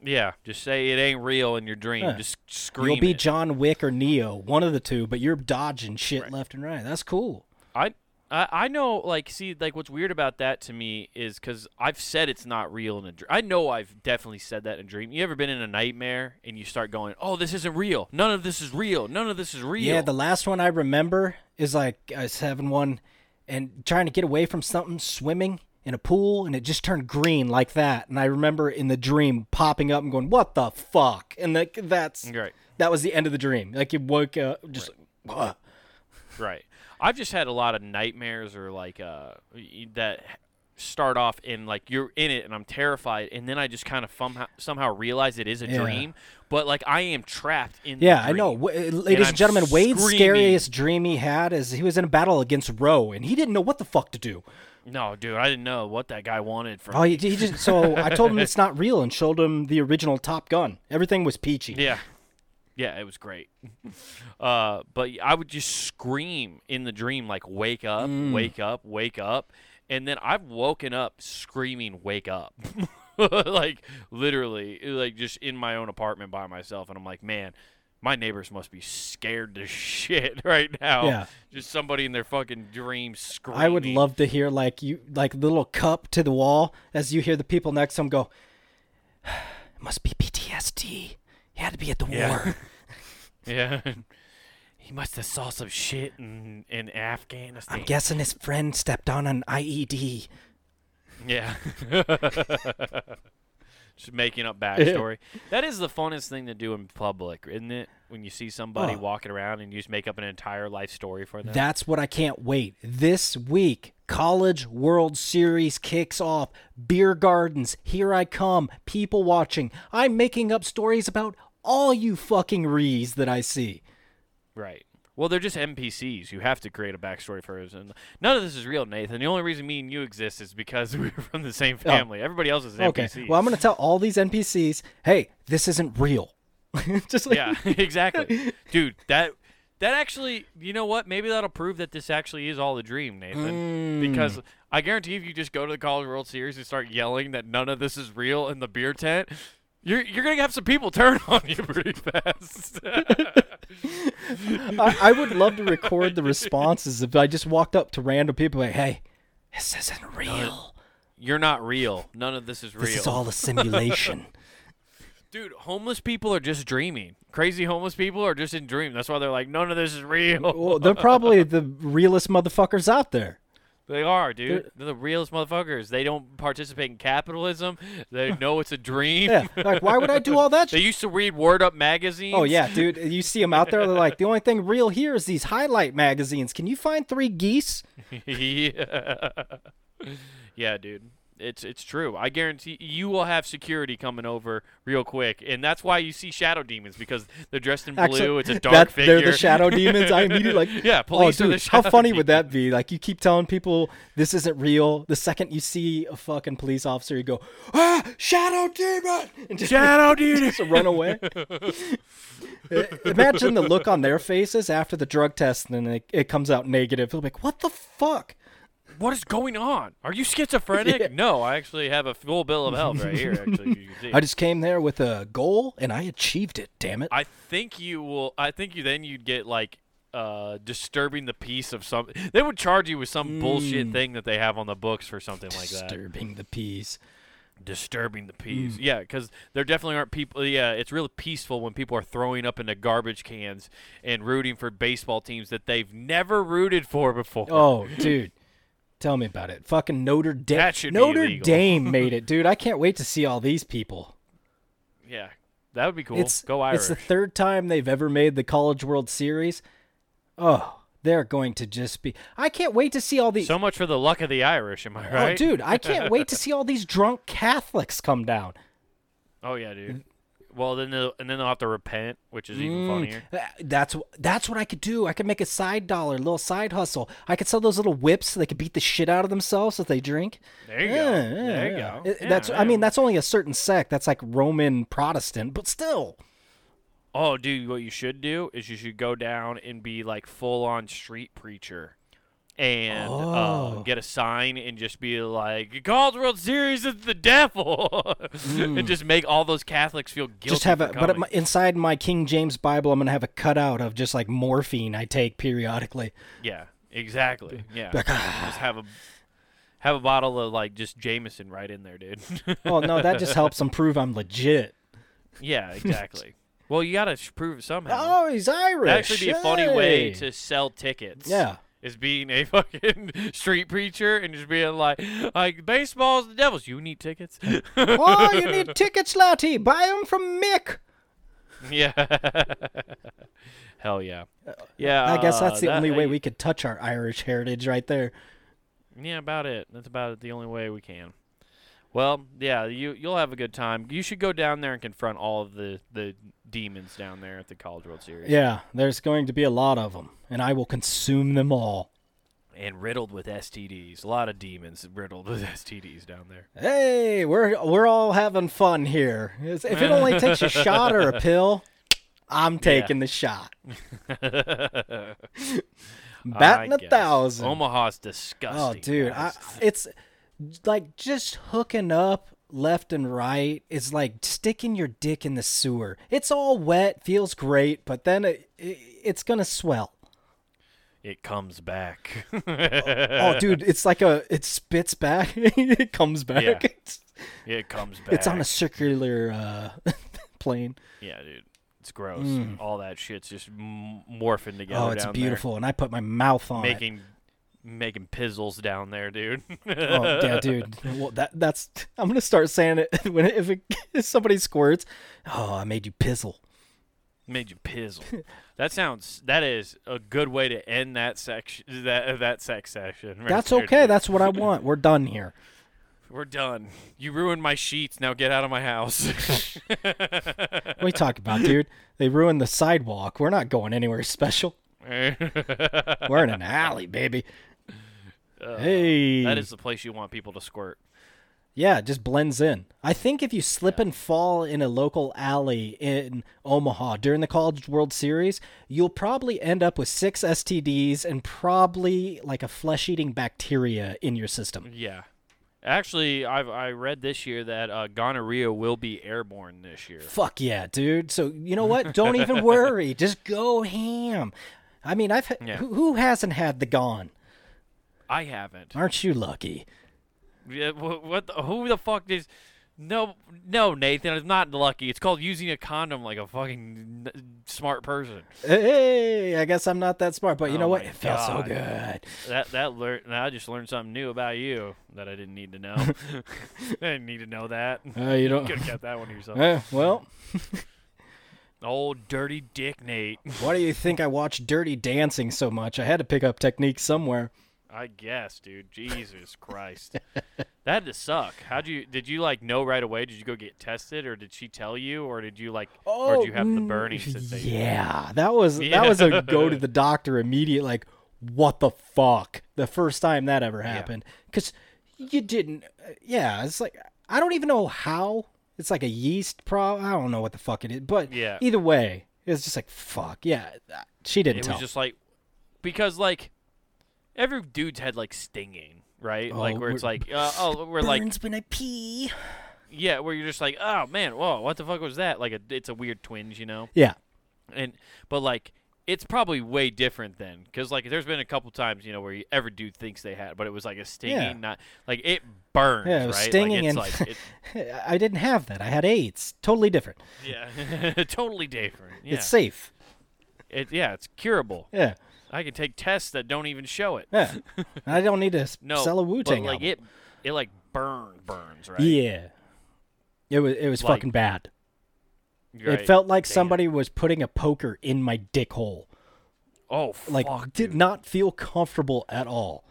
S2: Yeah, just say it ain't real in your dream.
S1: Yeah.
S2: Just scream.
S1: You'll be
S2: it.
S1: John Wick or Neo, one of the two, but you're dodging shit left and right. That's cool.
S2: I, I I know. Like, see, like what's weird about that to me is because I've said it's not real in a dream. I know I've definitely said that in a dream. You ever been in a nightmare and you start going, "Oh, this isn't real. None of this is real. None of this is real."
S1: Yeah, the last one I remember is like I was having one and trying to get away from something, swimming in a pool, and it just turned green like that. And I remember in the dream popping up and going, "What the fuck?" And like that's
S2: Right.
S1: that was the end of the dream. Like it woke up, just like, "Whoa."
S2: Right. I've just had a lot of nightmares or like uh y- that start off in like you're in it and I'm terrified and then I just kind of fumho- somehow realize it is a
S1: Yeah.
S2: dream, but like I am trapped in. the
S1: Yeah, I know.
S2: dream.
S1: W- uh, ladies and,
S2: I'm
S1: gentlemen, Wade's
S2: screaming.
S1: scariest dream he had is he was in a battle against Roe, and he didn't know what the fuck to do.
S2: No, dude, I didn't know what that guy wanted from.
S1: Oh, he, he just so I told him it's not real and showed him the original Top Gun. Everything was peachy.
S2: Yeah. Yeah, it was great. Uh, but I would just scream in the dream, like, wake up,
S1: Mm.
S2: wake up, wake up. And then I've woken up screaming, wake up. like, literally, like, just in my own apartment by myself. And I'm like, man, my neighbors must be scared to shit right now.
S1: Yeah.
S2: Just somebody in their fucking dream screaming.
S1: I would love to hear like you like little cup to the wall as you hear the people next to him go. It must be PTSD. He had to be at the
S2: Yeah.
S1: war.
S2: Yeah. he must have saw some shit in, in Afghanistan.
S1: I'm guessing his friend stepped on an E IED.
S2: Yeah. Just making up backstory. that is the funnest thing to do in public, isn't it? When you see somebody
S1: Oh.
S2: walking around and you just make up an entire life story for them.
S1: That's what I can't wait. This week, College World Series kicks off. Beer gardens, here I come, people watching. I'm making up stories about all you fucking rees that I see.
S2: right. Well, they're just NPCs. You have to create a backstory for them. None of this is real, Nathan. The only reason me and you exist is because we're from the same family. Everybody else is an
S1: Okay.
S2: NPC.
S1: Well, I'm going to tell all these NPCs, "Hey, this isn't real." Just like
S2: yeah, exactly. Dude, that that actually, you know what? Maybe that'll prove that this actually is all a dream, Nathan. Because I guarantee if you just go to the College World Series and start yelling that none of this is real in the beer tent, You're you're gonna have some people turn on you pretty fast.
S1: I, I would love to record the responses if I just walked up to random people like, "Hey, this isn't real.
S2: you're not real. None of this is real.
S1: This is all a simulation."
S2: Dude, homeless people are just dreaming. Crazy homeless people are just in dream. That's why they're like, none of this is real.
S1: well, they're probably the realest motherfuckers out there.
S2: They are, dude. They're the realest motherfuckers. They don't participate in capitalism. They know it's a dream.
S1: Yeah, like why would I do all that?
S2: They
S1: shit?
S2: used to read Word Up magazines.
S1: Oh yeah, dude, you see them out there. They're like, the only thing real here is these highlight magazines. Can you find three geese?
S2: yeah. yeah, dude. It's it's true. I guarantee you will have security coming over real quick, and that's why you see shadow demons because they're dressed in blue. it's a dark
S1: that-
S2: figure.
S1: They're the shadow demons. I immediately like,
S2: Yeah, police
S1: oh,
S2: are the
S1: dude, How
S2: shadow
S1: funny would that be? Like, you keep telling people this isn't real. The second you see a fucking police officer, you go, ah, shadow demon, and just,
S2: shadow demons.
S1: just run away. Uh, Imagine the look on their faces after the drug test, and then it, it comes out negative. They'll be like, what the fuck?
S2: What is going on? Are you schizophrenic? No, I actually have a full bill of health right here. Actually, if you can see.
S1: I just came there with a goal, and I achieved it. Damn it.
S2: I think you will. I think you then you'd get like uh disturbing the peace of some. They would charge you with some
S1: Mm.
S2: bullshit thing that they have on the books for something like that.
S1: Disturbing the peace.
S2: Disturbing the peace.
S1: Mm.
S2: Yeah, because there definitely aren't people. Yeah, it's really peaceful when people are throwing up into garbage cans and rooting for baseball teams that they've never rooted for before.
S1: Oh, dude. Tell me about it. Fucking Notre Dame.
S2: That should be
S1: Notre
S2: illegal.
S1: Dame made it, dude. I can't wait to see all these people.
S2: Yeah, that would be cool.
S1: It's
S2: Go Irish.
S1: It's the third time they've ever made the College World Series. Oh, they're going to just be. I can't wait to see all these.
S2: so much for the luck of the Irish, am I
S1: oh,
S2: right?
S1: dude, I can't wait to see all these drunk Catholics come down.
S2: Oh yeah,
S1: Mm.
S2: dude. Well, then they'll, and then they'll have to repent, which is even funnier.
S1: Uh, That's wh- that's what I could do. I could make a side dollar, little side hustle. I could sell those little whips so they could beat the shit out of themselves if they drink.
S2: There you go. There you go.
S1: It- that's
S2: Yeah,
S1: I mean that's only a certain sect. That's like Roman Protestant, but still.
S2: Oh, dude, what you should do is you should go down and be like full on street preacher. And uh,
S1: Oh.
S2: get a sign and just be like, "God's World Series is the devil," and just make all those Catholics feel guilty.
S1: Hmm. Just have
S2: for
S1: a but
S2: coming.
S1: my, inside my King James Bible, I'm gonna have a cutout of just like morphine I take periodically.
S2: yeah, exactly. Yeah,
S1: ah.
S2: just have a have a bottle of like just Jameson right in there, dude.
S1: Oh no, that just helps them prove I'm
S2: Uh-huh.
S1: legit.
S2: yeah, exactly. well, you gotta sh- prove it somehow.
S1: Oh, he's Irish.
S2: That'd actually be a funny way
S1: Hey.
S2: to sell tickets.
S1: Yeah.
S2: Is being a fucking street preacher and just being like, like baseball's the devil's. You need tickets.
S1: oh, you need tickets, Lottie. Buy them from Mick.
S2: yeah. Hell yeah. Yeah.
S1: I guess
S2: uh,
S1: that's the
S2: that-
S1: only way
S2: I-
S1: we could touch our Irish heritage right there.
S2: Yeah, about it. That's about the only way we can. Well, yeah, you you'll have a good time. You should go down there and confront all of the the demons down there at the College World Series.
S1: Yeah, there's going to be a lot of them, and I will consume them all.
S2: And riddled with STDs. A lot of demons riddled with STDs down there.
S1: Hey, we're we're all having fun here. If if it only takes a shot or a pill, I'm taking the shot. Batting
S2: I
S1: a
S2: guess.
S1: thousand.
S2: Omaha's
S1: oh,
S2: disgusting.
S1: dude, I,
S2: guys.
S1: it's like just hooking up left and right is like sticking your dick in the sewer. It's all wet, feels great, but then it, it it's gonna swell.
S2: it comes back.
S1: Oh, dude, it's like a it spits back, it comes back.
S2: Yeah.
S1: It's,
S2: it comes back.
S1: it's on a circular uh, plane.
S2: yeah, dude. It's gross. All that shit's just m- morphing together.
S1: Mm. Oh, it's
S2: down
S1: beautiful, and I put my mouth on
S2: There,
S1: it.
S2: making making pizzles down there, dude.
S1: Oh, yeah, dude. Well, that that's. I'm gonna start saying it when if, it, if somebody squirts. Oh, I made you pizzle.
S2: Made you pizzle. That sounds. That is a good way to end that section. That that sex session. right
S1: That's
S2: there,
S1: okay.
S2: dude.
S1: That's what I want. We're done here.
S2: We're done. You ruined my sheets. Now get out of my house.
S1: What are you talking about, dude? They ruined the sidewalk. We're not going anywhere special. We're in an alley, baby. hey.
S2: That is the place you want people to squirt.
S1: Yeah, it just blends in. I think if you slip and fall in a local alley in Omaha during the College World Series, you'll probably end up with six STDs and probably like a flesh eating bacteria in your system.
S2: Yeah. Actually, I've I read this year that uh, gonorrhea will be airborne this year.
S1: Fuck yeah, dude. So you know what? Don't even worry. Just go ham. I mean, I've
S2: Yeah.
S1: who, who hasn't had the gone?
S2: I haven't.
S1: Aren't you lucky?
S2: Yeah, what, what the, who the fuck is? No, no, Nathan, it's not lucky. It's called using a condom like a fucking n- smart person.
S1: Hey, I guess I'm not that smart, but you
S2: Oh
S1: know what?
S2: my
S1: It felt so
S2: God.
S1: good.
S2: That that lear- now I just learned something new about you that I didn't need to know. I didn't need to know that.
S1: Uh, you don't.
S2: Could have kept that one to yourself.
S1: Uh, well,
S2: Old dirty dick, Nate.
S1: why do you think I watch Dirty Dancing so much? I had to pick up techniques somewhere.
S2: I guess, dude. Jesus Christ, that had to suck. How'd you? Did you like know right away? Did you go get tested, or did she tell you, or did you like, or did you have the
S1: mm,
S2: burning sensation?
S1: Yeah, that was
S2: Yeah.
S1: that was a go to the doctor immediate. Like, what the fuck? The first time that ever happened, because you didn't. Yeah, it's like I don't even know how. It's like a yeast problem. I don't know what the fuck it is, but
S2: Yeah.
S1: either way, it's just like fuck. Yeah, that- she didn't
S2: It
S1: tell.
S2: was just like because like every dude's had like stinging, right? like
S1: Oh,
S2: where it's
S1: we're-
S2: like, uh, oh, we're like,
S1: Burns when I pee.
S2: yeah, where you're just like, oh man, whoa, what the fuck was that? Like, a, it's a weird twinge, you know?
S1: Yeah,
S2: And but like. It's probably way different then, because like there's been a couple times you know where you, every dude thinks they had, but it was like a stinging,
S1: Yeah.
S2: not like it burns,
S1: yeah, it was
S2: right?
S1: stinging,
S2: like,
S1: and
S2: it's like it,
S1: I didn't have that. I had AIDS. Totally different.
S2: yeah, totally different. Yeah,
S1: It's safe.
S2: it, yeah, it's curable.
S1: Yeah,
S2: I can take tests that don't even show it.
S1: yeah. I don't need to s-
S2: No,
S1: sell a
S2: but,
S1: Wu Tang.
S2: like it, it like burn burns, right?
S1: Yeah. It was it was
S2: Like-
S1: fucking bad.
S2: Right.
S1: It felt like
S2: Damn.
S1: somebody was putting a poker in my dick hole.
S2: Oh,
S1: Like
S2: fuck,
S1: did
S2: dude.
S1: not feel comfortable at all.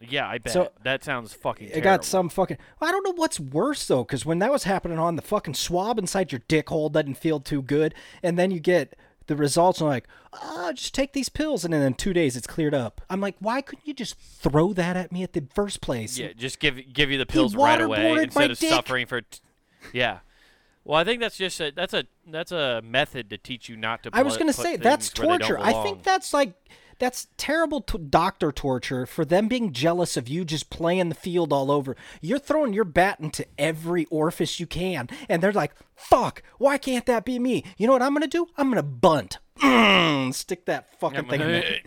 S2: Yeah, I bet.
S1: So-
S2: that sounds fucking.
S1: It
S2: Terrible.
S1: got some fucking I don't know what's worse though cuz when that was happening on the fucking swab inside your dick hole doesn't feel too good and then you get the results and like, "Ah, just take these pills." And then in 2 days it's cleared up. I'm like, "Why couldn't you just throw that at me at the first place?"
S2: Yeah, just give give you the pills right
S1: waterboarded my
S2: away instead of
S1: dick.
S2: suffering for. T- yeah. Well, I think that's just a that's a that's a method to teach you not to.
S1: I was
S2: put-
S1: going to
S2: put
S1: say that's
S2: things where they don't
S1: torture. I think
S2: belong.
S1: that's like that's terrible t- doctor torture for them being jealous of you just playing the field all over. You're throwing your bat into every orifice you can, and they're like, "Fuck, why can't that be me?" You know what I'm going to do? I'm going to bunt. Mm, stick that fucking thing. in there.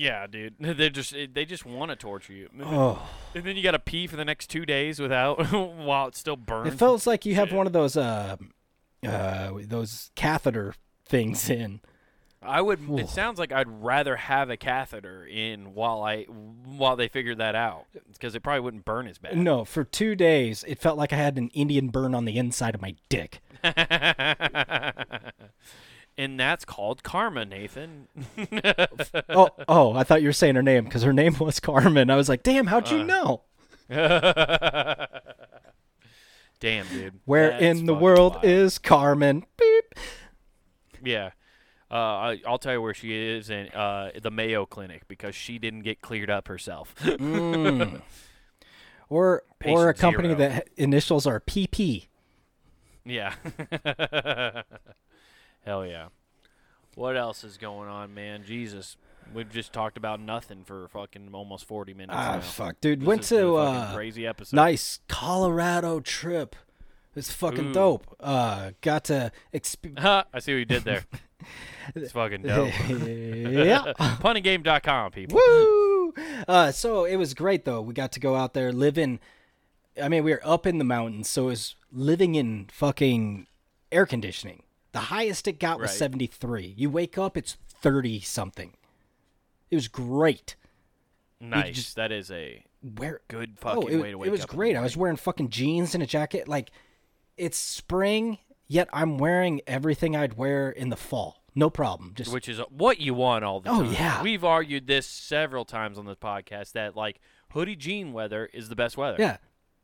S2: Yeah, dude. They just they just want to torture you.
S1: Oh.
S2: And then you got to pee for the next two days without while it still burns.
S1: It feels like you have one of those uh, uh, those catheter things in.
S2: I would. It sounds like I'd rather have a catheter in while I while they figure that out because it probably wouldn't burn as bad.
S1: No, for two days it felt like I had an Indian burn on the inside of my dick.
S2: and that's called karma, Nathan.
S1: oh, oh, I thought you were saying her name because her name was Carmen. I was like, damn, how'd
S2: Uh,
S1: you know?
S2: Damn, dude.
S1: Where
S2: That's
S1: in the
S2: fucking
S1: world
S2: wild.
S1: is Carmen? Beep.
S2: Yeah. Uh, I, I'll tell you where she is in uh, the Mayo Clinic because she didn't get cleared up herself.
S1: Or or a
S2: Patient
S1: company
S2: zero.
S1: that initials are PP.
S2: yeah. Hell yeah. What else is going on, man? Jesus. We've just talked about nothing for fucking almost 40 minutes.
S1: Ah,
S2: now.
S1: fuck, dude.
S2: This
S1: Went
S2: has been a
S1: to
S2: fucking
S1: uh,
S2: crazy episode.
S1: nice Colorado trip. It's fucking
S2: Ooh.
S1: dope. Uh, got to exp-
S2: Huh, I see what you did there. it's fucking dope.
S1: yeah.
S2: Punninggame.com, people.
S1: Woo! Uh, so it was great though. We got to go out there, live in. I mean, we were up in the mountains, so it was living in fucking air conditioning. The highest it got was
S2: Right.
S1: seventy three. You wake up, it's thirty something. It was great.
S2: Nice. that is a
S1: Where
S2: good
S1: oh,
S2: fucking
S1: it,
S2: way to
S1: it
S2: wake up.
S1: was
S2: in the
S1: great. I was wearing fucking jeans and a jacket. Like, it's spring, yet I'm wearing everything I'd wear in the fall. No problem. Just
S2: which is what you want all the
S1: Oh,
S2: time.
S1: yeah.
S2: We've argued this several times on this podcast that like hoodie jean weather is the best weather.
S1: yeah,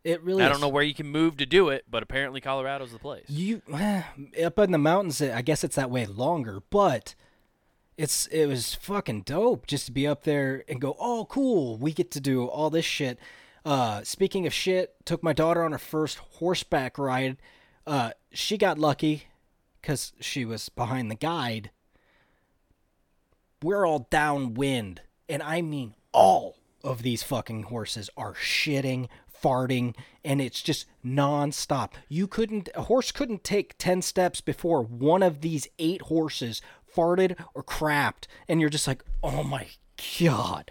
S1: it really.
S2: I
S1: is.
S2: don't know where you can move to do it, but apparently Colorado's the place.
S1: You up in the mountains, I guess it's that way longer, but it's it was fucking dope just to be up there and go, "Oh, cool, we get to do all this shit." Uh, speaking of shit, took my daughter on her first horseback ride. Uh, she got lucky cuz she was behind the guide. We're all downwind, and I mean all of these fucking horses are shitting farting, and it's just nonstop. You couldn't a horse couldn't take ten steps before one of these eight horses farted or crapped, and you're just like, oh my god.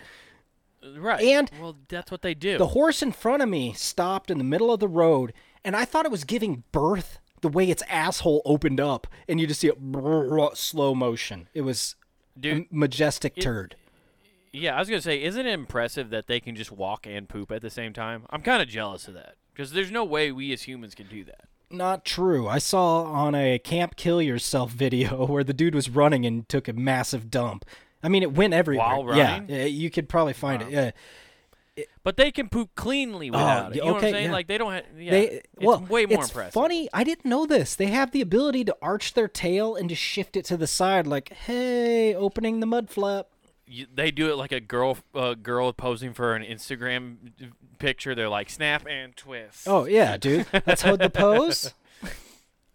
S2: Uh, Right.
S1: And-
S2: well, that's what they do.
S1: The horse in front of me stopped in the middle of the road, and I thought it was giving birth the way its asshole opened up, and you just see it brrrr, slow motion. It was
S2: Dude,
S1: a majestic turd.
S2: Yeah, I was gonna say, isn't it impressive that they can just walk and poop at the same time? I'm kind of jealous of that because there's no way we as humans can do that.
S1: Not true. I saw on a Camp Kill Yourself video where the dude was running and took a massive dump. I mean, it went everywhere.
S2: While
S1: yeah,
S2: running?
S1: yeah, you could probably find it. Yeah.
S2: But they can poop cleanly without it. You
S1: yeah,
S2: know what
S1: Oh, okay,
S2: I'm saying?
S1: yeah.
S2: Like they don't. Ha- yeah,
S1: They
S2: it's
S1: well,
S2: way more
S1: it's
S2: impressive.
S1: funny. I didn't know this. They have the ability to arch their tail and to shift it to the side, like hey, opening the mud flap.
S2: You, they do it like a girl, uh, girl posing for an Instagram picture. They're like snap and twist.
S1: Oh yeah, dude. Let's hold the pose.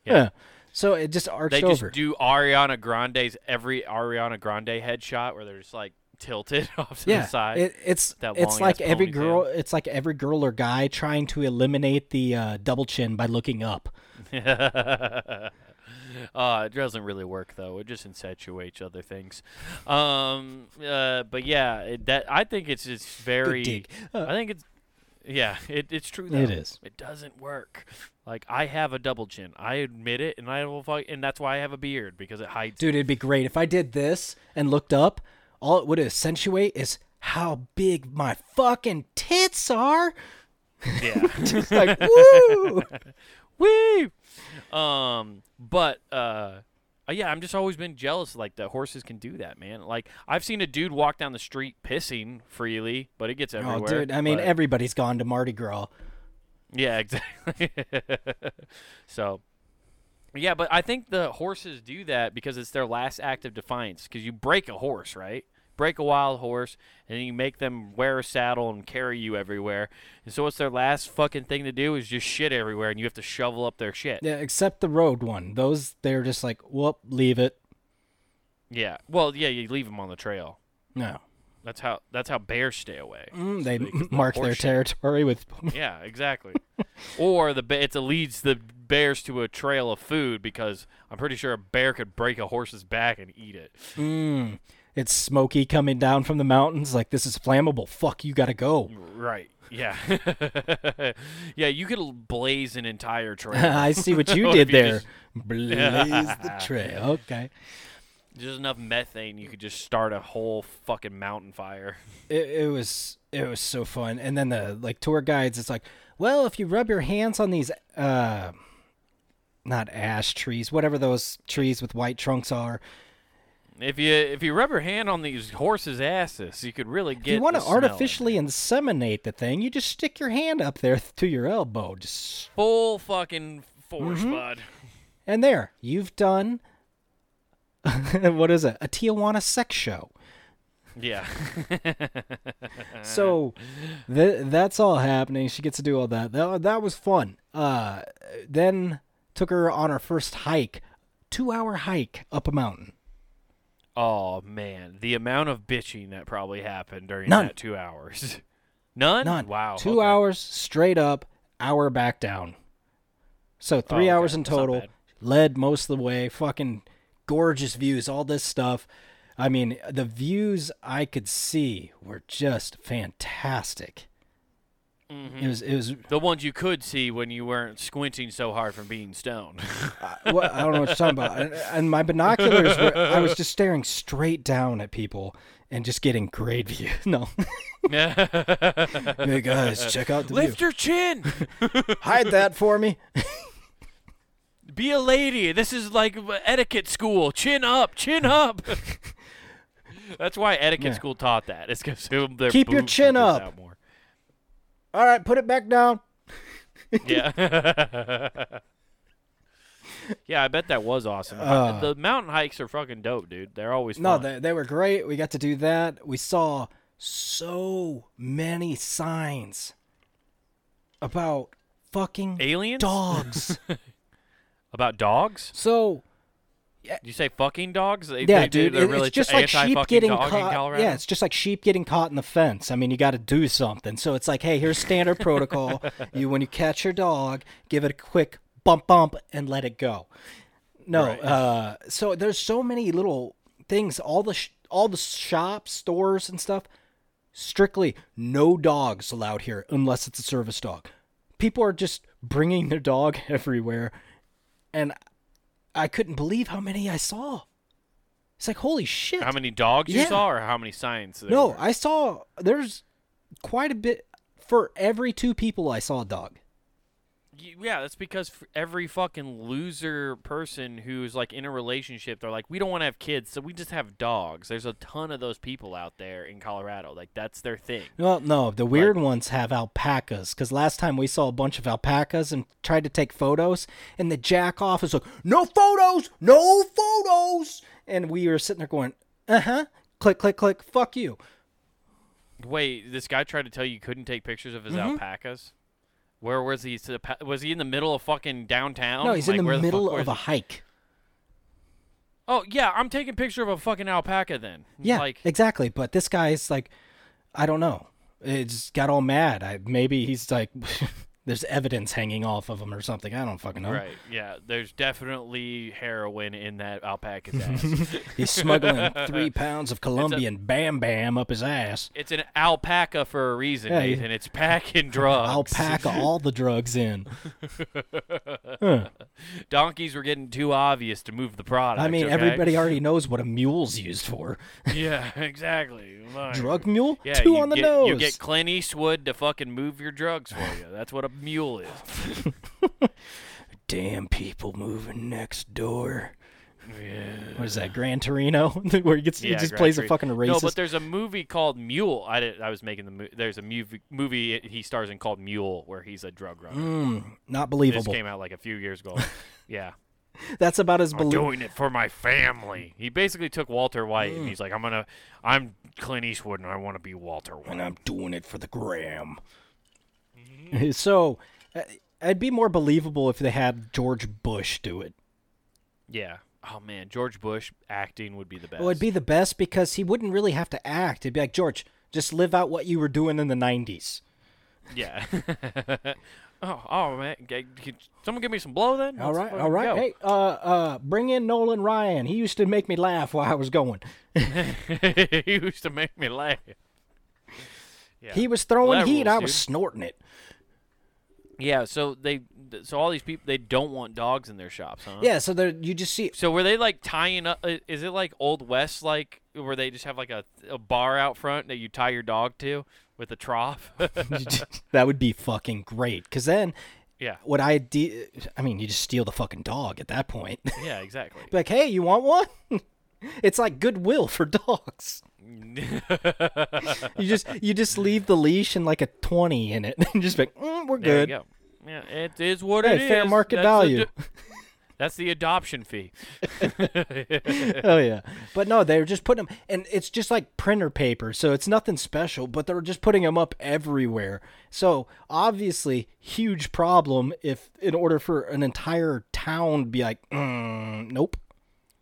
S2: Yeah.
S1: So it just arched
S2: they
S1: over.
S2: just do Ariana Grande's every Ariana Grande headshot where they're just like tilted off to
S1: yeah,
S2: the side.
S1: It, it's
S2: That
S1: it's
S2: long-ass
S1: like every
S2: ponytail.
S1: girl. It's like every girl or guy trying to eliminate the uh, double chin by looking up.
S2: uh, it doesn't really work though. It just accentuates other things. Um, uh, but yeah, it, that I think it's it's very.
S1: dig. Uh,
S2: I think it's yeah. It, it's true. Though.
S1: It is.
S2: It doesn't work. Like I have a double chin. I admit it, and I will fight, and that's why I have a beard because it hides.
S1: Dude, it'd be great if I did this and looked up. All it would accentuate is how big my fucking tits are.
S2: Yeah.
S1: It's like woo.
S2: Woo. Um, but uh, uh, yeah, I'm just always been jealous like that horses can do that, man. Like I've seen a dude walk down the street pissing freely, but it gets everywhere.
S1: Oh, dude. I mean,
S2: but-
S1: everybody's gone to Mardi Gras.
S2: Yeah, exactly. so, yeah, but I think the horses do that because it's their last act of defiance. Because you break a horse, right? Break a wild horse, and then you make them wear a saddle and carry you everywhere. And so, what's their last fucking thing to do is just shit everywhere, and you have to shovel up their shit.
S1: Yeah, except the road one. Those they're just like, whoop, leave it.
S2: Yeah. Well, yeah, you leave them on the trail.
S1: No,
S2: That's how. That's how bears stay away.
S1: Mm, they
S2: Because the
S1: mark their
S2: horse shit.
S1: territory with
S2: Yeah, exactly. or the ba- it leads the bears to a trail of food because I'm pretty sure a bear could break a horse's back and eat it.
S1: Mm. It's smoky coming down from the mountains. Like this is flammable. Fuck, you gotta go.
S2: Right. Yeah. yeah, you could l- blaze an entire trail.
S1: I see what you
S2: What
S1: did
S2: if you
S1: there. Blaze the trail. Okay.
S2: There's enough methane you could just start a whole fucking mountain fire.
S1: It, it was it was so fun. And then the like tour guides. It's like, well, if you rub your hands on these, uh, not ash trees, whatever those trees with white trunks are.
S2: If you if you rub your hand on these horses' asses, you could really get
S1: If you want
S2: the
S1: to
S2: smell in.
S1: artificially inseminate the thing, you just stick your hand up there to your elbow. Just
S2: full fucking force,
S1: Mm-hmm.
S2: bud.
S1: And there, you've done what is it? A Tijuana sex show.
S2: Yeah.
S1: So th- that's all happening. She gets to do all that. That, that was fun. Uh, then took her on her first hike, two hour hike up a mountain.
S2: Oh man, the amount of bitching that probably happened during
S1: None.
S2: that two hours. None.
S1: None.
S2: Wow.
S1: Two
S2: okay.
S1: hours straight up, hour back down. So three
S2: Oh, okay.
S1: hours in
S2: That's not
S1: total.
S2: bad.
S1: Led most of the way. Fucking gorgeous views. All this stuff. I mean, the views I could see were just fantastic.
S2: Mm-hmm.
S1: It was. It was.
S2: The ones you could see when you weren't squinting so hard from being stoned.
S1: well, I don't know what you're talking about. And, and my binoculars were. I was just staring straight down at people and just getting great views. No, hey guys, check out the view.
S2: Lift your chin.
S1: Hide that for me.
S2: Be a lady. This is like etiquette school. Chin up. Chin up. That's why etiquette
S1: Yeah.
S2: school taught that. It's because their
S1: Keep your
S2: boobs
S1: chin
S2: figures
S1: up.
S2: out more.
S1: All right, put it back down.
S2: Yeah. yeah, I bet that was awesome.
S1: Uh.
S2: the mountain hikes are fucking dope, dude. They're always
S1: No,
S2: fun.
S1: they, they were great. We got to do that. We saw so many signs about fucking
S2: aliens
S1: dogs.
S2: about dogs.
S1: so Yeah.
S2: You say fucking dogs? They,
S1: Eh. yeah,
S2: they do-
S1: dude,
S2: They're
S1: it-
S2: really
S1: it's just like
S2: anti
S1: sheep
S2: fucking
S1: getting
S2: dog in
S1: caught.
S2: Colorado?
S1: Yeah, it's just like sheep getting caught in the fence. I mean, you got to do something. So it's like, hey, here's standard protocol. You when you catch your dog, give it a quick bump bump and let it go. No,
S2: Right.
S1: uh, so there's so many little things. All the sh- all the shops, stores, and stuff. Strictly no dogs allowed here unless it's a service dog. People are just bringing their dog everywhere, and I couldn't believe how many I saw. It's like holy shit.
S2: How many dogs you
S1: Yeah.
S2: saw, or how many signs? There
S1: No,
S2: were?
S1: I saw there's quite a bit for every two people I saw a dog.
S2: Y- Yeah, that's because f- every fucking loser person who's like in a relationship, they're like, we don't want to have kids, so we just have dogs. There's a ton of those people out there in Colorado. Like that's their thing.
S1: Well, no, the weird ones have alpacas because last time we saw a bunch of alpacas and tried to take photos, and the jack off is like, no photos, no photos. And we were sitting there going, uh huh, click, click, click, fuck you.
S2: Wait, this guy tried to tell you you couldn't take pictures of his
S1: Mm-hmm.
S2: alpacas. Where was he? Is the pa- Was he in the middle of fucking downtown?
S1: No, he's
S2: Like,
S1: in
S2: where
S1: the
S2: fuck
S1: middle
S2: was
S1: of a
S2: he?
S1: hike.
S2: Oh yeah, I'm taking a picture of a fucking alpaca then.
S1: Yeah,
S2: like
S1: exactly. But this guy's like, I don't know. It just got all mad. I, maybe he's like, there's evidence hanging off of him or something. I don't fucking know.
S2: right. Yeah, there's definitely heroin in that alpaca's ass.
S1: He's smuggling three pounds of Colombian Bam Bam up his ass.
S2: it's an alpaca for a reason,
S1: Yeah, you-
S2: Nathan. It's packing drugs.
S1: I'll pack all the drugs in.
S2: Donkeys were getting too obvious to move the product.
S1: I mean,
S2: okay?
S1: everybody already knows what a mule's used for.
S2: Yeah, exactly. My-
S1: Drug mule?
S2: Yeah,
S1: Two
S2: you
S1: on the
S2: get,
S1: nose.
S2: You get Clint Eastwood to fucking move your drugs for you. That's what a mule is.
S1: Damn people moving next door.
S2: Yeah.
S1: What is that, Gran Torino? Where he, gets, he just plays a
S2: Gregory.
S1: fucking
S2: No,
S1: racist.
S2: but there's a movie called Mule. I did, I was making the mo- there's a movie movie he stars in called Mule where he's a drug runner.
S1: Mm, not
S2: This
S1: believable.
S2: came out like a few years ago. yeah.
S1: That's about as
S2: I'm
S1: believable.
S2: doing it for my family. He basically took Walter White and he's like, I'm gonna, I'm Clint Eastwood and I want to be Walter White.
S1: And I'm doing it for the gram. so, uh, I'd be more believable if they had George Bush do it.
S2: Yeah. Oh man, George Bush acting would be the best.
S1: Well, it'd be the best because he wouldn't really have to act. It'd be like, George, just live out what you were doing in the 90s.
S2: Yeah. oh, oh man, G- could someone give me some blow then.
S1: all
S2: Let's
S1: right,
S2: fucking
S1: all right.
S2: go.
S1: Hey, uh, uh, bring in Nolan Ryan. He used to make me laugh while I was going.
S2: he used to make me laugh. Yeah.
S1: He was throwing
S2: Well, that
S1: heat.
S2: rules,
S1: I was
S2: dude.
S1: snorting it.
S2: Yeah. So they, th- so all these people, they don't want dogs in their shops, huh?
S1: Yeah, so there, you just see.
S2: So were they like tying up? i- Is it like Old West, like where they just have like a, a bar out front that you tie your dog to with a trough?
S1: that would be fucking great. Because then,
S2: yeah.
S1: what I de- I mean, you just steal the fucking dog at that point.
S2: Yeah. Exactly.
S1: like, hey, you want one? it's like goodwill for dogs. You just you just leave the leash and like a 20 in it and just be like, mm, we're
S2: There you
S1: good.
S2: go. Yeah, it is what
S1: Hey,
S2: it is.
S1: fair market
S2: That's the
S1: value.
S2: do- that's the adoption fee.
S1: oh yeah but no they were just putting them and it's just like printer paper so it's nothing special but they're just putting them up everywhere so obviously huge problem if in order for an entire town to be like mm, nope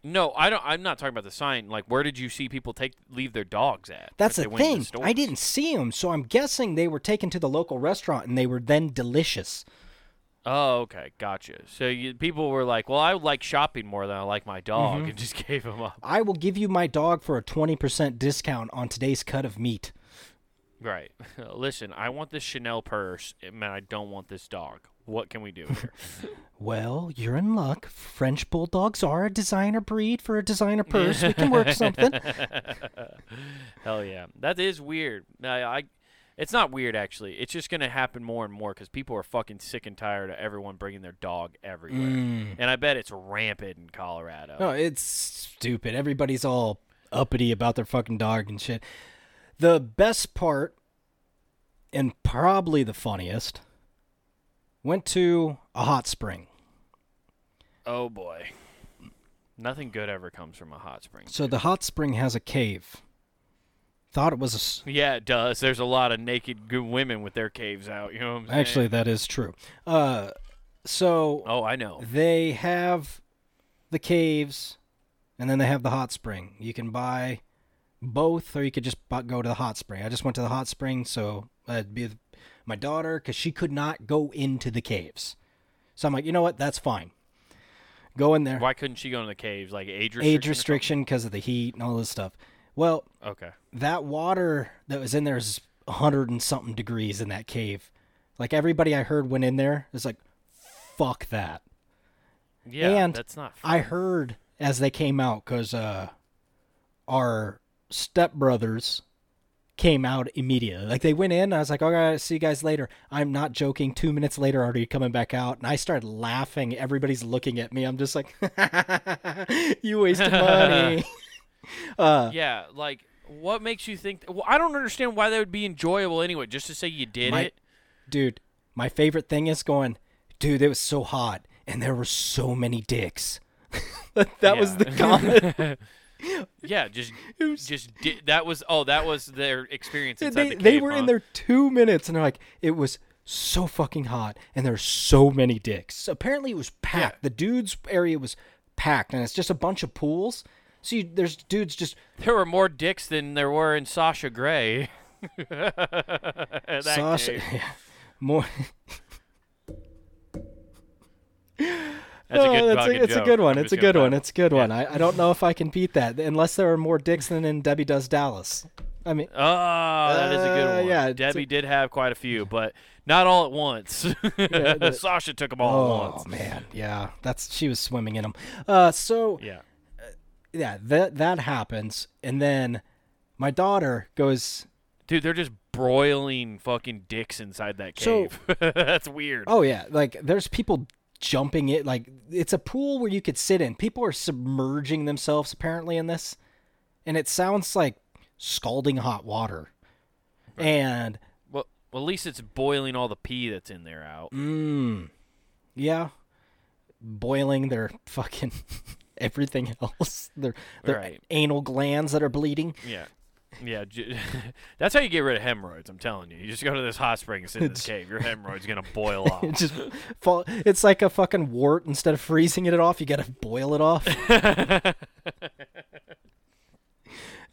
S2: No, I don't. I'm not talking about the sign. Like, where did you see people take leave their dogs at?
S1: that's
S2: if they
S1: the
S2: went to
S1: thing i
S2: stores?
S1: didn't see them so i'm guessing they were taken to the local restaurant and they were then delicious
S2: Oh, okay, gotcha. So you, people were like, "Well, I like shopping more than I like my dog,"
S1: Mm-hmm.
S2: and just gave him up.
S1: i will give you my dog for a 20% discount on today's cut of meat
S2: Right. Listen, I want this Chanel purse, and I don't want this dog. What can we do here?
S1: Well, you're in luck. French bulldogs are a designer breed for a designer purse. We can work something.
S2: Hell yeah, that is weird. I, I, it's not weird actually. It's just gonna happen more and more because people are fucking sick and tired of everyone bringing their dog everywhere, and I bet it's rampant in Colorado.
S1: Mm. No, it's stupid. Everybody's all uppity about their fucking dog and shit. The best part, and probably the funniest, went to a hot spring.
S2: Oh boy. Nothing good ever comes from a hot spring.
S1: So the hot spring has a cave. Thought it was a. s-
S2: Yeah, it does. There's a lot of naked good women with their caves out. You know what I'm saying?
S1: Actually, that is true. Uh, so
S2: Oh, I know.
S1: they have the caves and then they have the hot spring. You can buy both, or you could just bu- go to the hot spring. I just went to the hot spring, so I'd be with my daughter because she could not go into the caves. So I'm like, you know what? That's fine. Go in there.
S2: Why couldn't she go in the caves? Like age restriction.
S1: Age
S2: or
S1: restriction because of the heat and all this stuff. Well,
S2: something? Okay.
S1: that water that was in there is 100 and something degrees in that cave. Like everybody I heard went in there is like, fuck that.
S2: Yeah,
S1: And
S2: that's not. Fun.
S1: I heard as they came out because uh, our stepbrothers came out immediately. Like they went in, I was like, "All right, see you guys later." I'm not joking. Two minutes later, already coming back out, and I started laughing. Everybody's looking at me. I'm just like, "You wasted money." uh,
S2: Yeah, like what makes you think? well, I don't understand why that would be enjoyable anyway. Just to say you did
S1: My-
S2: it.
S1: dude, my favorite thing is going, dude, it was so hot, and there were so many dicks. that was
S2: Yeah.
S1: the comment.
S2: yeah, just
S1: It was
S2: just di- that was oh that was their experience.
S1: Th-
S2: Inside
S1: they,
S2: the
S1: they
S2: cave,
S1: were
S2: huh?
S1: in there two minutes and they're like it was so fucking hot and there's so many dicks apparently it was packed the dudes area was packed and it's just a bunch of pools so you, there's dudes just
S2: There were more dicks than there were in Sasha Grey. that
S1: sauce
S2: cave.
S1: yeah, more
S2: That's a
S1: Oh,
S2: good,
S1: that's
S2: fucking
S1: a, it's a
S2: joke.
S1: good one
S2: I'm
S1: it's
S2: just
S1: a
S2: gonna
S1: good one
S2: clap.
S1: it's a good one I, I don't know if i can beat that unless there are more dicks than in debbie does dallas i mean
S2: Oh, that is a good
S1: Uh,
S2: one.
S1: yeah, it's
S2: Debbie
S1: a-
S2: did have quite a few, but not all at once.
S1: the-
S2: Sasha took them all at
S1: oh
S2: once.
S1: man yeah that's she was swimming in them uh so
S2: Yeah.
S1: yeah that that happens and then my daughter goes
S2: Dude, they're just broiling fucking dicks inside that
S1: So-
S2: cave. That's weird.
S1: Oh yeah, like there's people jumping it. Like it's a pool where you could sit in. People are submerging themselves apparently in this, and it sounds like scalding hot water. And
S2: Well, well, at least it's boiling all the pee that's in there out.
S1: mm, yeah, boiling their fucking everything else. Their their
S2: Right.
S1: anal glands that are bleeding.
S2: Yeah. Yeah, ju- that's how you get rid of hemorrhoids. I'm telling you, you just go to this hot spring and sit in this cave. Your hemorrhoid's gonna boil off.
S1: It just fall. It's like a fucking wart. Instead of freezing it off, you gotta boil it off.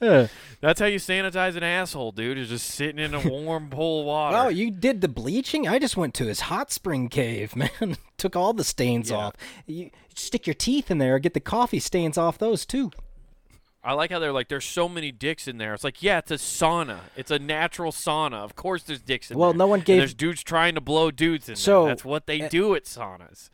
S1: Uh,
S2: That's how you sanitize an asshole, dude. Is just sitting in a warm pool of water.
S1: Wow, Oh, you did the bleaching? I just went to his hot spring cave, man. Took all the stains
S2: Yeah.
S1: off. You stick your teeth in there, get the coffee stains off those too.
S2: I like how they're like, there's so many dicks in there. It's like, yeah, it's a sauna. It's a natural sauna. Of course, there's dicks in
S1: Well,
S2: there.
S1: no one
S2: And
S1: gave-
S2: there's dudes trying to blow dudes in
S1: So,
S2: there. That's what they
S1: eh,
S2: do at saunas.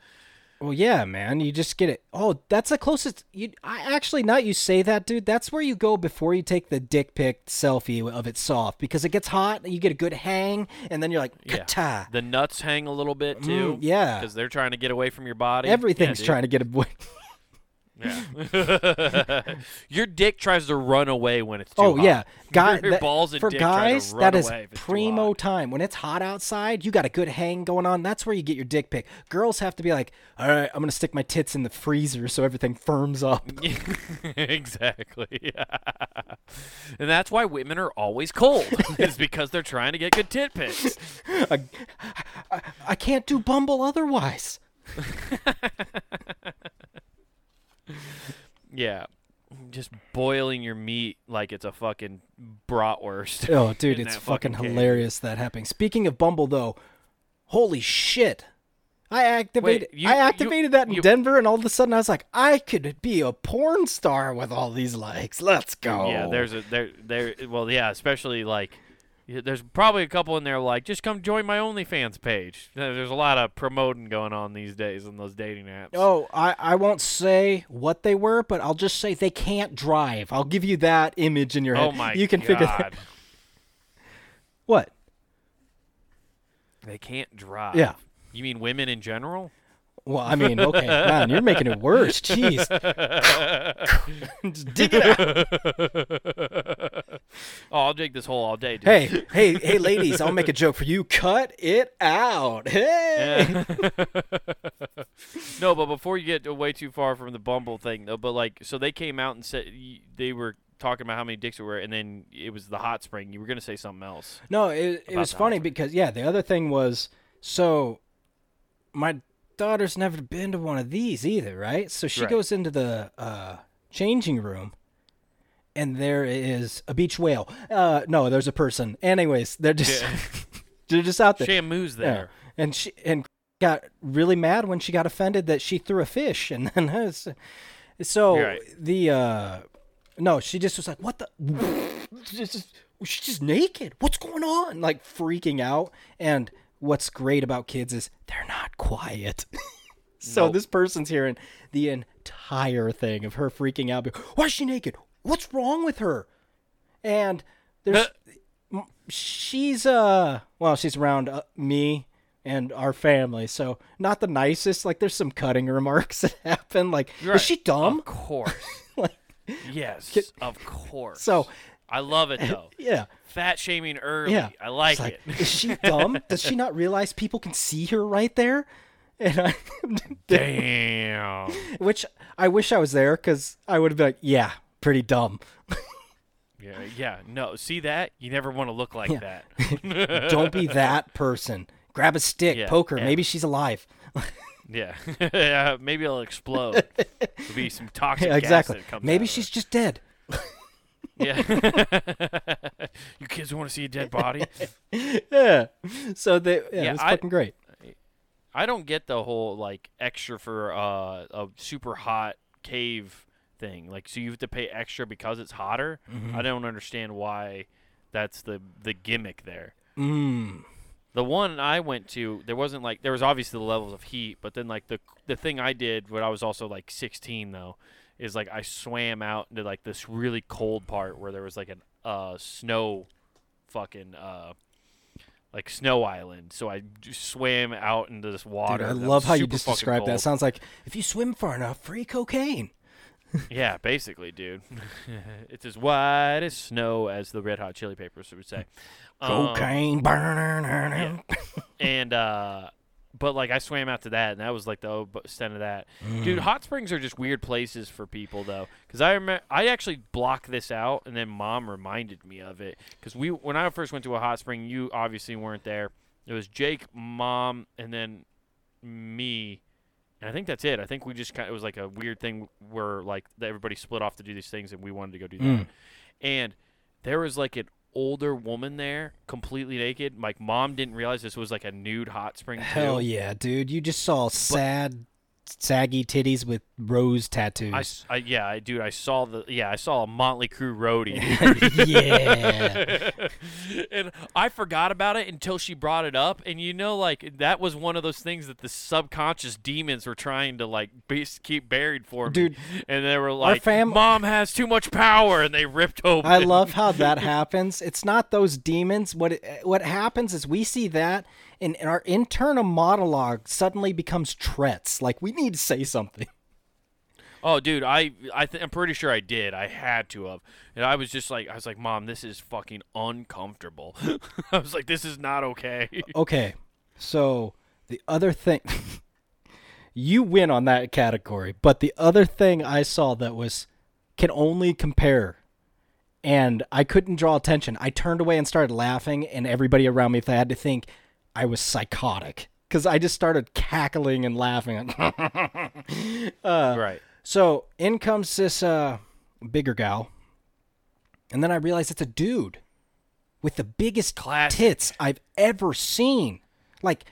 S1: Well, yeah, man. You just get it. Oh, that's the closest. You, I actually, not you say that, dude. That's where you go before you take the dick pic selfie of it soft because it gets hot and you get a good hang, and then you're like,
S2: Yeah.
S1: kata.
S2: The nuts hang a little bit too.
S1: Mm, yeah.
S2: because they're trying to get away from your body.
S1: Everything's
S2: yeah,
S1: trying to get a.
S2: dude. Yeah. your dick tries to run away when it's too
S1: Oh
S2: hot.
S1: yeah, guy.
S2: Your
S1: that-
S2: balls and
S1: for
S2: dick try to
S1: guys,
S2: run
S1: that is
S2: away if it's too
S1: primo
S2: hot.
S1: time. When it's hot outside, you got a good hang going on. That's where you get your dick pic. Girls have to be like, all right, I'm gonna stick my tits in the freezer so everything firms up.
S2: exactly. and that's why women are always cold. is because they're trying to get good tit pics.
S1: I, I, I can't do Bumble otherwise.
S2: Yeah. Just boiling your meat like it's a fucking bratwurst.
S1: Oh, dude,
S2: In
S1: it's
S2: that
S1: fucking,
S2: fucking cave.
S1: hilarious that happening. Speaking of Bumble, though, holy shit. I activated
S2: you-
S1: I
S2: you-
S1: activated that in
S2: you-
S1: Denver and all of a sudden I was like, I could be a porn star with all these likes. Let's go.
S2: Yeah, there's a there there well yeah, especially like y- there's probably a couple in there like just come join my OnlyFans page. There- There's a lot of promoting going on these days on those dating apps.
S1: Oh, I, I won't say what they were, but I'll just say they can't drive. I'll give you that image in your head.
S2: Oh my
S1: you can
S2: god.
S1: figure that. What?
S2: They can't drive.
S1: Yeah.
S2: You mean women in general?
S1: Well, I mean, okay, man, you're making it worse. Jeez. Just dig it out.
S2: Oh, I'll dig this hole all day, dude.
S1: Hey, hey, hey, ladies, I'll make a joke for you. Cut it out. Hey.
S2: Yeah. Eh. no, but before you get way too far from the Bumble thing, though, but like, so they came out and said y- they were talking about how many dicks there were, and then it was the hot spring. You were gonna say something else.
S1: No, it, it was
S2: the
S1: funny
S2: offer.
S1: because yeah, the other thing was so my daughter's never been to one of these either, right? So she
S2: Right.
S1: goes into the uh changing room, and there is a beach whale. Uh, no, there's a person. Anyways, they're just
S2: Yeah.
S1: they're just out there.
S2: Shamu's
S1: Yeah.
S2: there.
S1: And she and got really mad when she got offended that she threw a fish and then it's- so
S2: You're right.
S1: the uh no, she just was like, "What the? She's just, she's just naked. What's going on?" Like freaking out. And what's great about kids is they're not quiet. so
S2: Nope.
S1: this person's hearing the entire thing of her freaking out. Why is she naked? What's wrong with her? And there's she's uh well she's around uh, me and our family so not the nicest like there's some cutting remarks that happen like
S2: You're
S1: is
S2: right.
S1: she dumb
S2: Of course.
S1: like
S2: yes. Of course.
S1: so
S2: I love it though.
S1: yeah
S2: Fat shaming early.
S1: yeah
S2: I like
S1: It's
S2: it.
S1: is she dumb does she not realize people can see her right there and I,
S2: Damn.
S1: which i wish i was there because i would have been like yeah pretty dumb
S2: Yeah, yeah. No, see that? You never want to look like that.
S1: don't be that person grab a stick
S2: Yeah,
S1: poke her
S2: yeah.
S1: maybe she's alive
S2: yeah. yeah. Maybe it'll explode. There'll be some toxic
S1: yeah,
S2: gas
S1: exactly
S2: that comes out
S1: maybe
S2: of
S1: she's just dead
S2: it. Yeah. you kids want to see a dead body?
S1: yeah so they yeah,
S2: Yeah,
S1: it was
S2: I-
S1: fucking great
S2: I don't get the whole like extra for uh, a super hot cave thing. Like, so you have to pay extra because it's hotter.
S1: Mm-hmm.
S2: I don't understand why that's the the gimmick there.
S1: Mm.
S2: The one I went to, there wasn't like there was obviously the levels of heat, but then like the the thing I did when I was also like 16 though, is like I swam out into like this really cold part where there was like an uh snow, fucking uh, like snow island. So I just swam out into this
S1: Dude,
S2: water.
S1: I
S2: that
S1: love
S2: was
S1: how you
S2: super
S1: just
S2: fucking
S1: described that.
S2: cold.
S1: Sounds like if you swim far enough, free cocaine.
S2: Yeah, basically, dude. it's as white as snow, as the Red Hot Chili Peppers would say. Um,
S1: cocaine. burn.
S2: and uh but like I swam out to that, and that was like the extent of that. Dude, hot springs are just weird places for people though, because I remember I actually blocked this out, and then mom reminded me of it because we when I first went to a hot spring, you obviously weren't there. It was Jake, mom, and then me, and I think that's it. I think we just kind it was like a weird thing where like that everybody split off to do these things, and we wanted to go do that. And there was like an older woman there, completely naked. Like mom didn't realize this was like a nude hot spring.
S1: Hell
S2: too.
S1: yeah, dude! You just saw sad, saggy titties with rose tattoos.
S2: I, s- I- yeah, I dude, I saw the yeah, I saw a Motley Crue roadie,
S1: yeah.
S2: and I forgot about it until she brought it up. And you know, like that was one of those things that the subconscious demons were trying to like be, keep buried for me.
S1: Dude,
S2: and they were like,
S1: fam-
S2: "Mom has too much power," and they ripped open.
S1: I love how that happens. It's not those demons. What it, what happens is we see that, and, and our internal monologue suddenly becomes threats. Like we need to say something.
S2: Oh, dude, I, I th- I'm pretty sure I did. I had to have, and I was just like, I was like, Mom, this is fucking uncomfortable. I was like, this is not okay.
S1: Okay. So the other thing you win on that category, but the other thing I saw that was can only compare and I couldn't draw attention. I turned away and started laughing and everybody around me had to think I was psychotic cuz I just started cackling and laughing. Uh,
S2: right.
S1: so, in comes this uh bigger gal. And then I realized it's a dude with the biggest
S2: Classic.
S1: tits I've ever seen. Like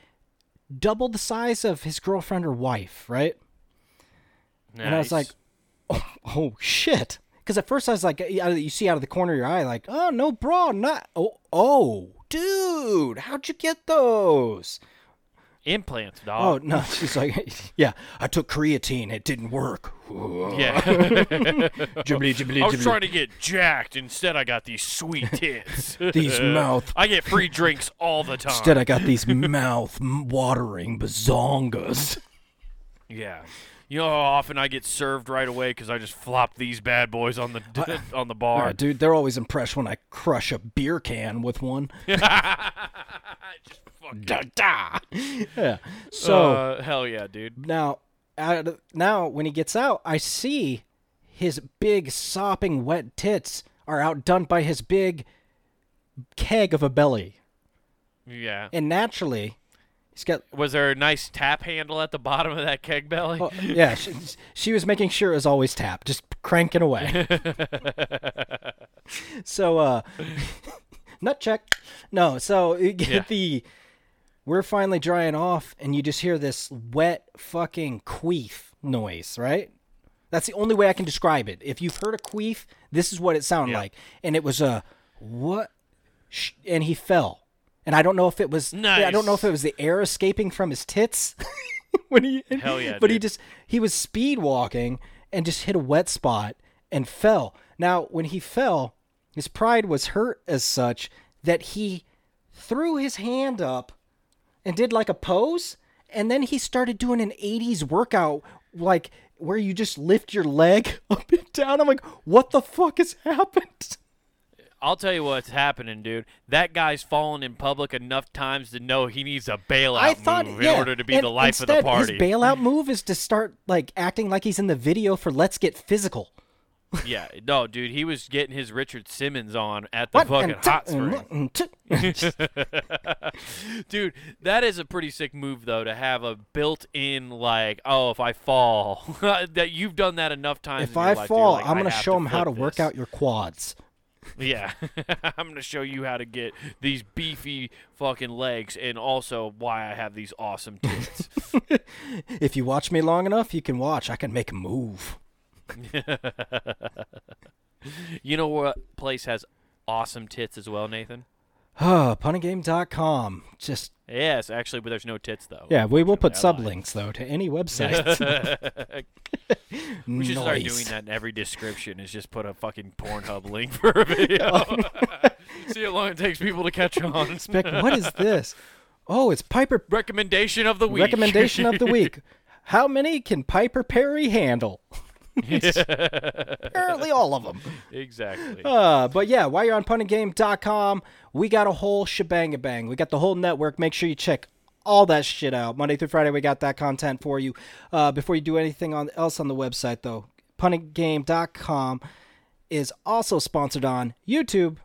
S1: double the size of his girlfriend or wife, right? And I was like,
S2: Nice.
S1: oh, oh shit. Because at first I was like, uh, you see out of the corner of your eye, like, oh, no bra, not. Oh, oh, dude, how'd you get those?
S2: implants,
S1: Oh,
S2: dog.
S1: no. She's like, yeah, I took creatine. It didn't work.
S2: yeah. I
S1: Jibbly, jibbly,
S2: was
S1: jibbly.
S2: trying to get jacked. Instead, I got these sweet tits.
S1: These mouth-
S2: I get free drinks all the time.
S1: Instead, I got these mouth watering bazongas.
S2: yeah. You know how often I get served right away because I just flop these bad boys on the on the bar.
S1: Yeah, dude, they're always impressed when I crush a beer can with one.
S2: Just fucking-
S1: da, da. Yeah. So.
S2: uh, hell yeah, dude.
S1: Now, out of, now when he gets out, I see his big sopping wet tits are outdone by his big keg of a belly,
S2: Yeah.
S1: and naturally, She's got
S2: Was there a nice tap handle at the bottom of that keg belly?
S1: Well, Oh, yeah, she, she was making sure it was always tapped, just cranking away. so, uh, nut check. No, so you get
S2: Yeah.
S1: the we're finally drying off, and you just hear this wet fucking queef noise, right? That's the only way I can describe it. If you've heard a queef, this is what it sounded like, and it was a what? Sh- And he fell, and I don't know if it was. I don't know if
S2: Nice.
S1: it was the air escaping from his tits when he
S2: Hell yeah,
S1: but he
S2: dude.
S1: just he was speed walking and just hit a wet spot and fell now when he fell his pride was hurt as such that he threw his hand up and did like a pose and then he started doing an 80s workout like where you just lift your leg up and down i'm like what the fuck has happened
S2: I'll tell you what's happening, dude. That guy's fallen in public enough times to know he needs a bailout
S1: I thought
S2: move
S1: yeah,
S2: in order to be
S1: and
S2: the life
S1: instead,
S2: of the party.
S1: His bailout move is to start like acting like he's in the video for "Let's Get Physical."
S2: yeah, no, dude, he was getting his Richard Simmons on at the fucking
S1: and
S2: hot
S1: t- and
S2: spring.
S1: look and t-
S2: Dude, that is a pretty sick move though to have a built-in like, oh, if I fall, that you've done that enough times.
S1: if
S2: in your
S1: I
S2: life that you're
S1: fall,
S2: like,
S1: I'm
S2: I
S1: gonna
S2: have
S1: show him how to
S2: flip
S1: work
S2: this.
S1: out your quads.
S2: Yeah, I'm gonna show you how to get these beefy fucking legs, and also why I have these awesome tits.
S1: If you watch me long enough, you can watch. I can make a move.
S2: you know what place has awesome tits as well, Nathan?
S1: Punagame.com. Just
S2: Yes, actually, but there's no tits though.
S1: yeah, we will put
S2: Unfortunately, I lied.
S1: sublinks though to any website.
S2: We should start doing that in every description. Is just put a fucking Pornhub link for a video.
S1: Oh.
S2: See how long it takes people to catch on.
S1: what is this? Oh, it's Piper
S2: Recommendation of the week.
S1: recommendation of the week. How many can Piper Perry handle? Apparently, all of them.
S2: exactly.
S1: Uh, but yeah, while you're on punninggame.com, we got a whole shebang a bang. We got the whole network. Make sure you check all that shit out. Monday through Friday, we got that content for you. Uh, before you do anything on else on the website, though, punninggame.com is also sponsored on YouTube.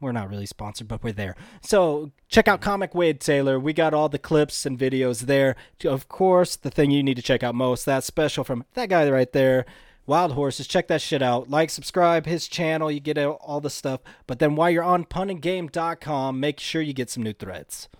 S1: We're not really sponsored, but we're there. So check out Comic Wade Taylor. We got all the clips and videos there. Of course, the thing you need to check out most, that special from that guy right there, Wild Horses. Check that shit out. Like, subscribe, his channel. You get all- all the stuff. But then while you're on punninggame.com, make sure you get some new threads.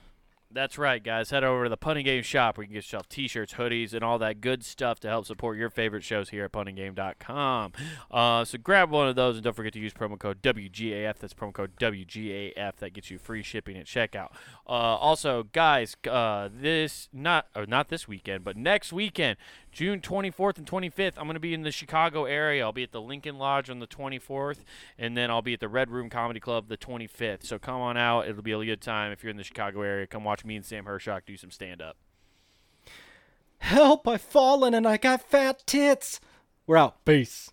S2: That's right, guys. Head over to the Punning Game shop where you can get yourself t-shirts, hoodies, and all that good stuff to help support your favorite shows here at punninggame.com. Uh, so grab one of those and don't forget to use promo code WGAF. That's promo code WGAF. That gets you free shipping at checkout. Uh, also, guys, uh, this not or not this weekend, but next weekend, June 24th and 25th, I'm going to be in the Chicago area. I'll be at the Lincoln Lodge on the 24th, and then I'll be at the Red Room Comedy Club the 25th. So come on out. It'll be a good time. If you're in the Chicago area, come watch me and Sam Hershock do some stand up.
S1: Help, I've fallen and I got fat tits. We're out. Peace.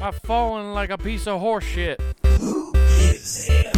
S2: I've fallen like a piece of horse shit.
S3: Who is here?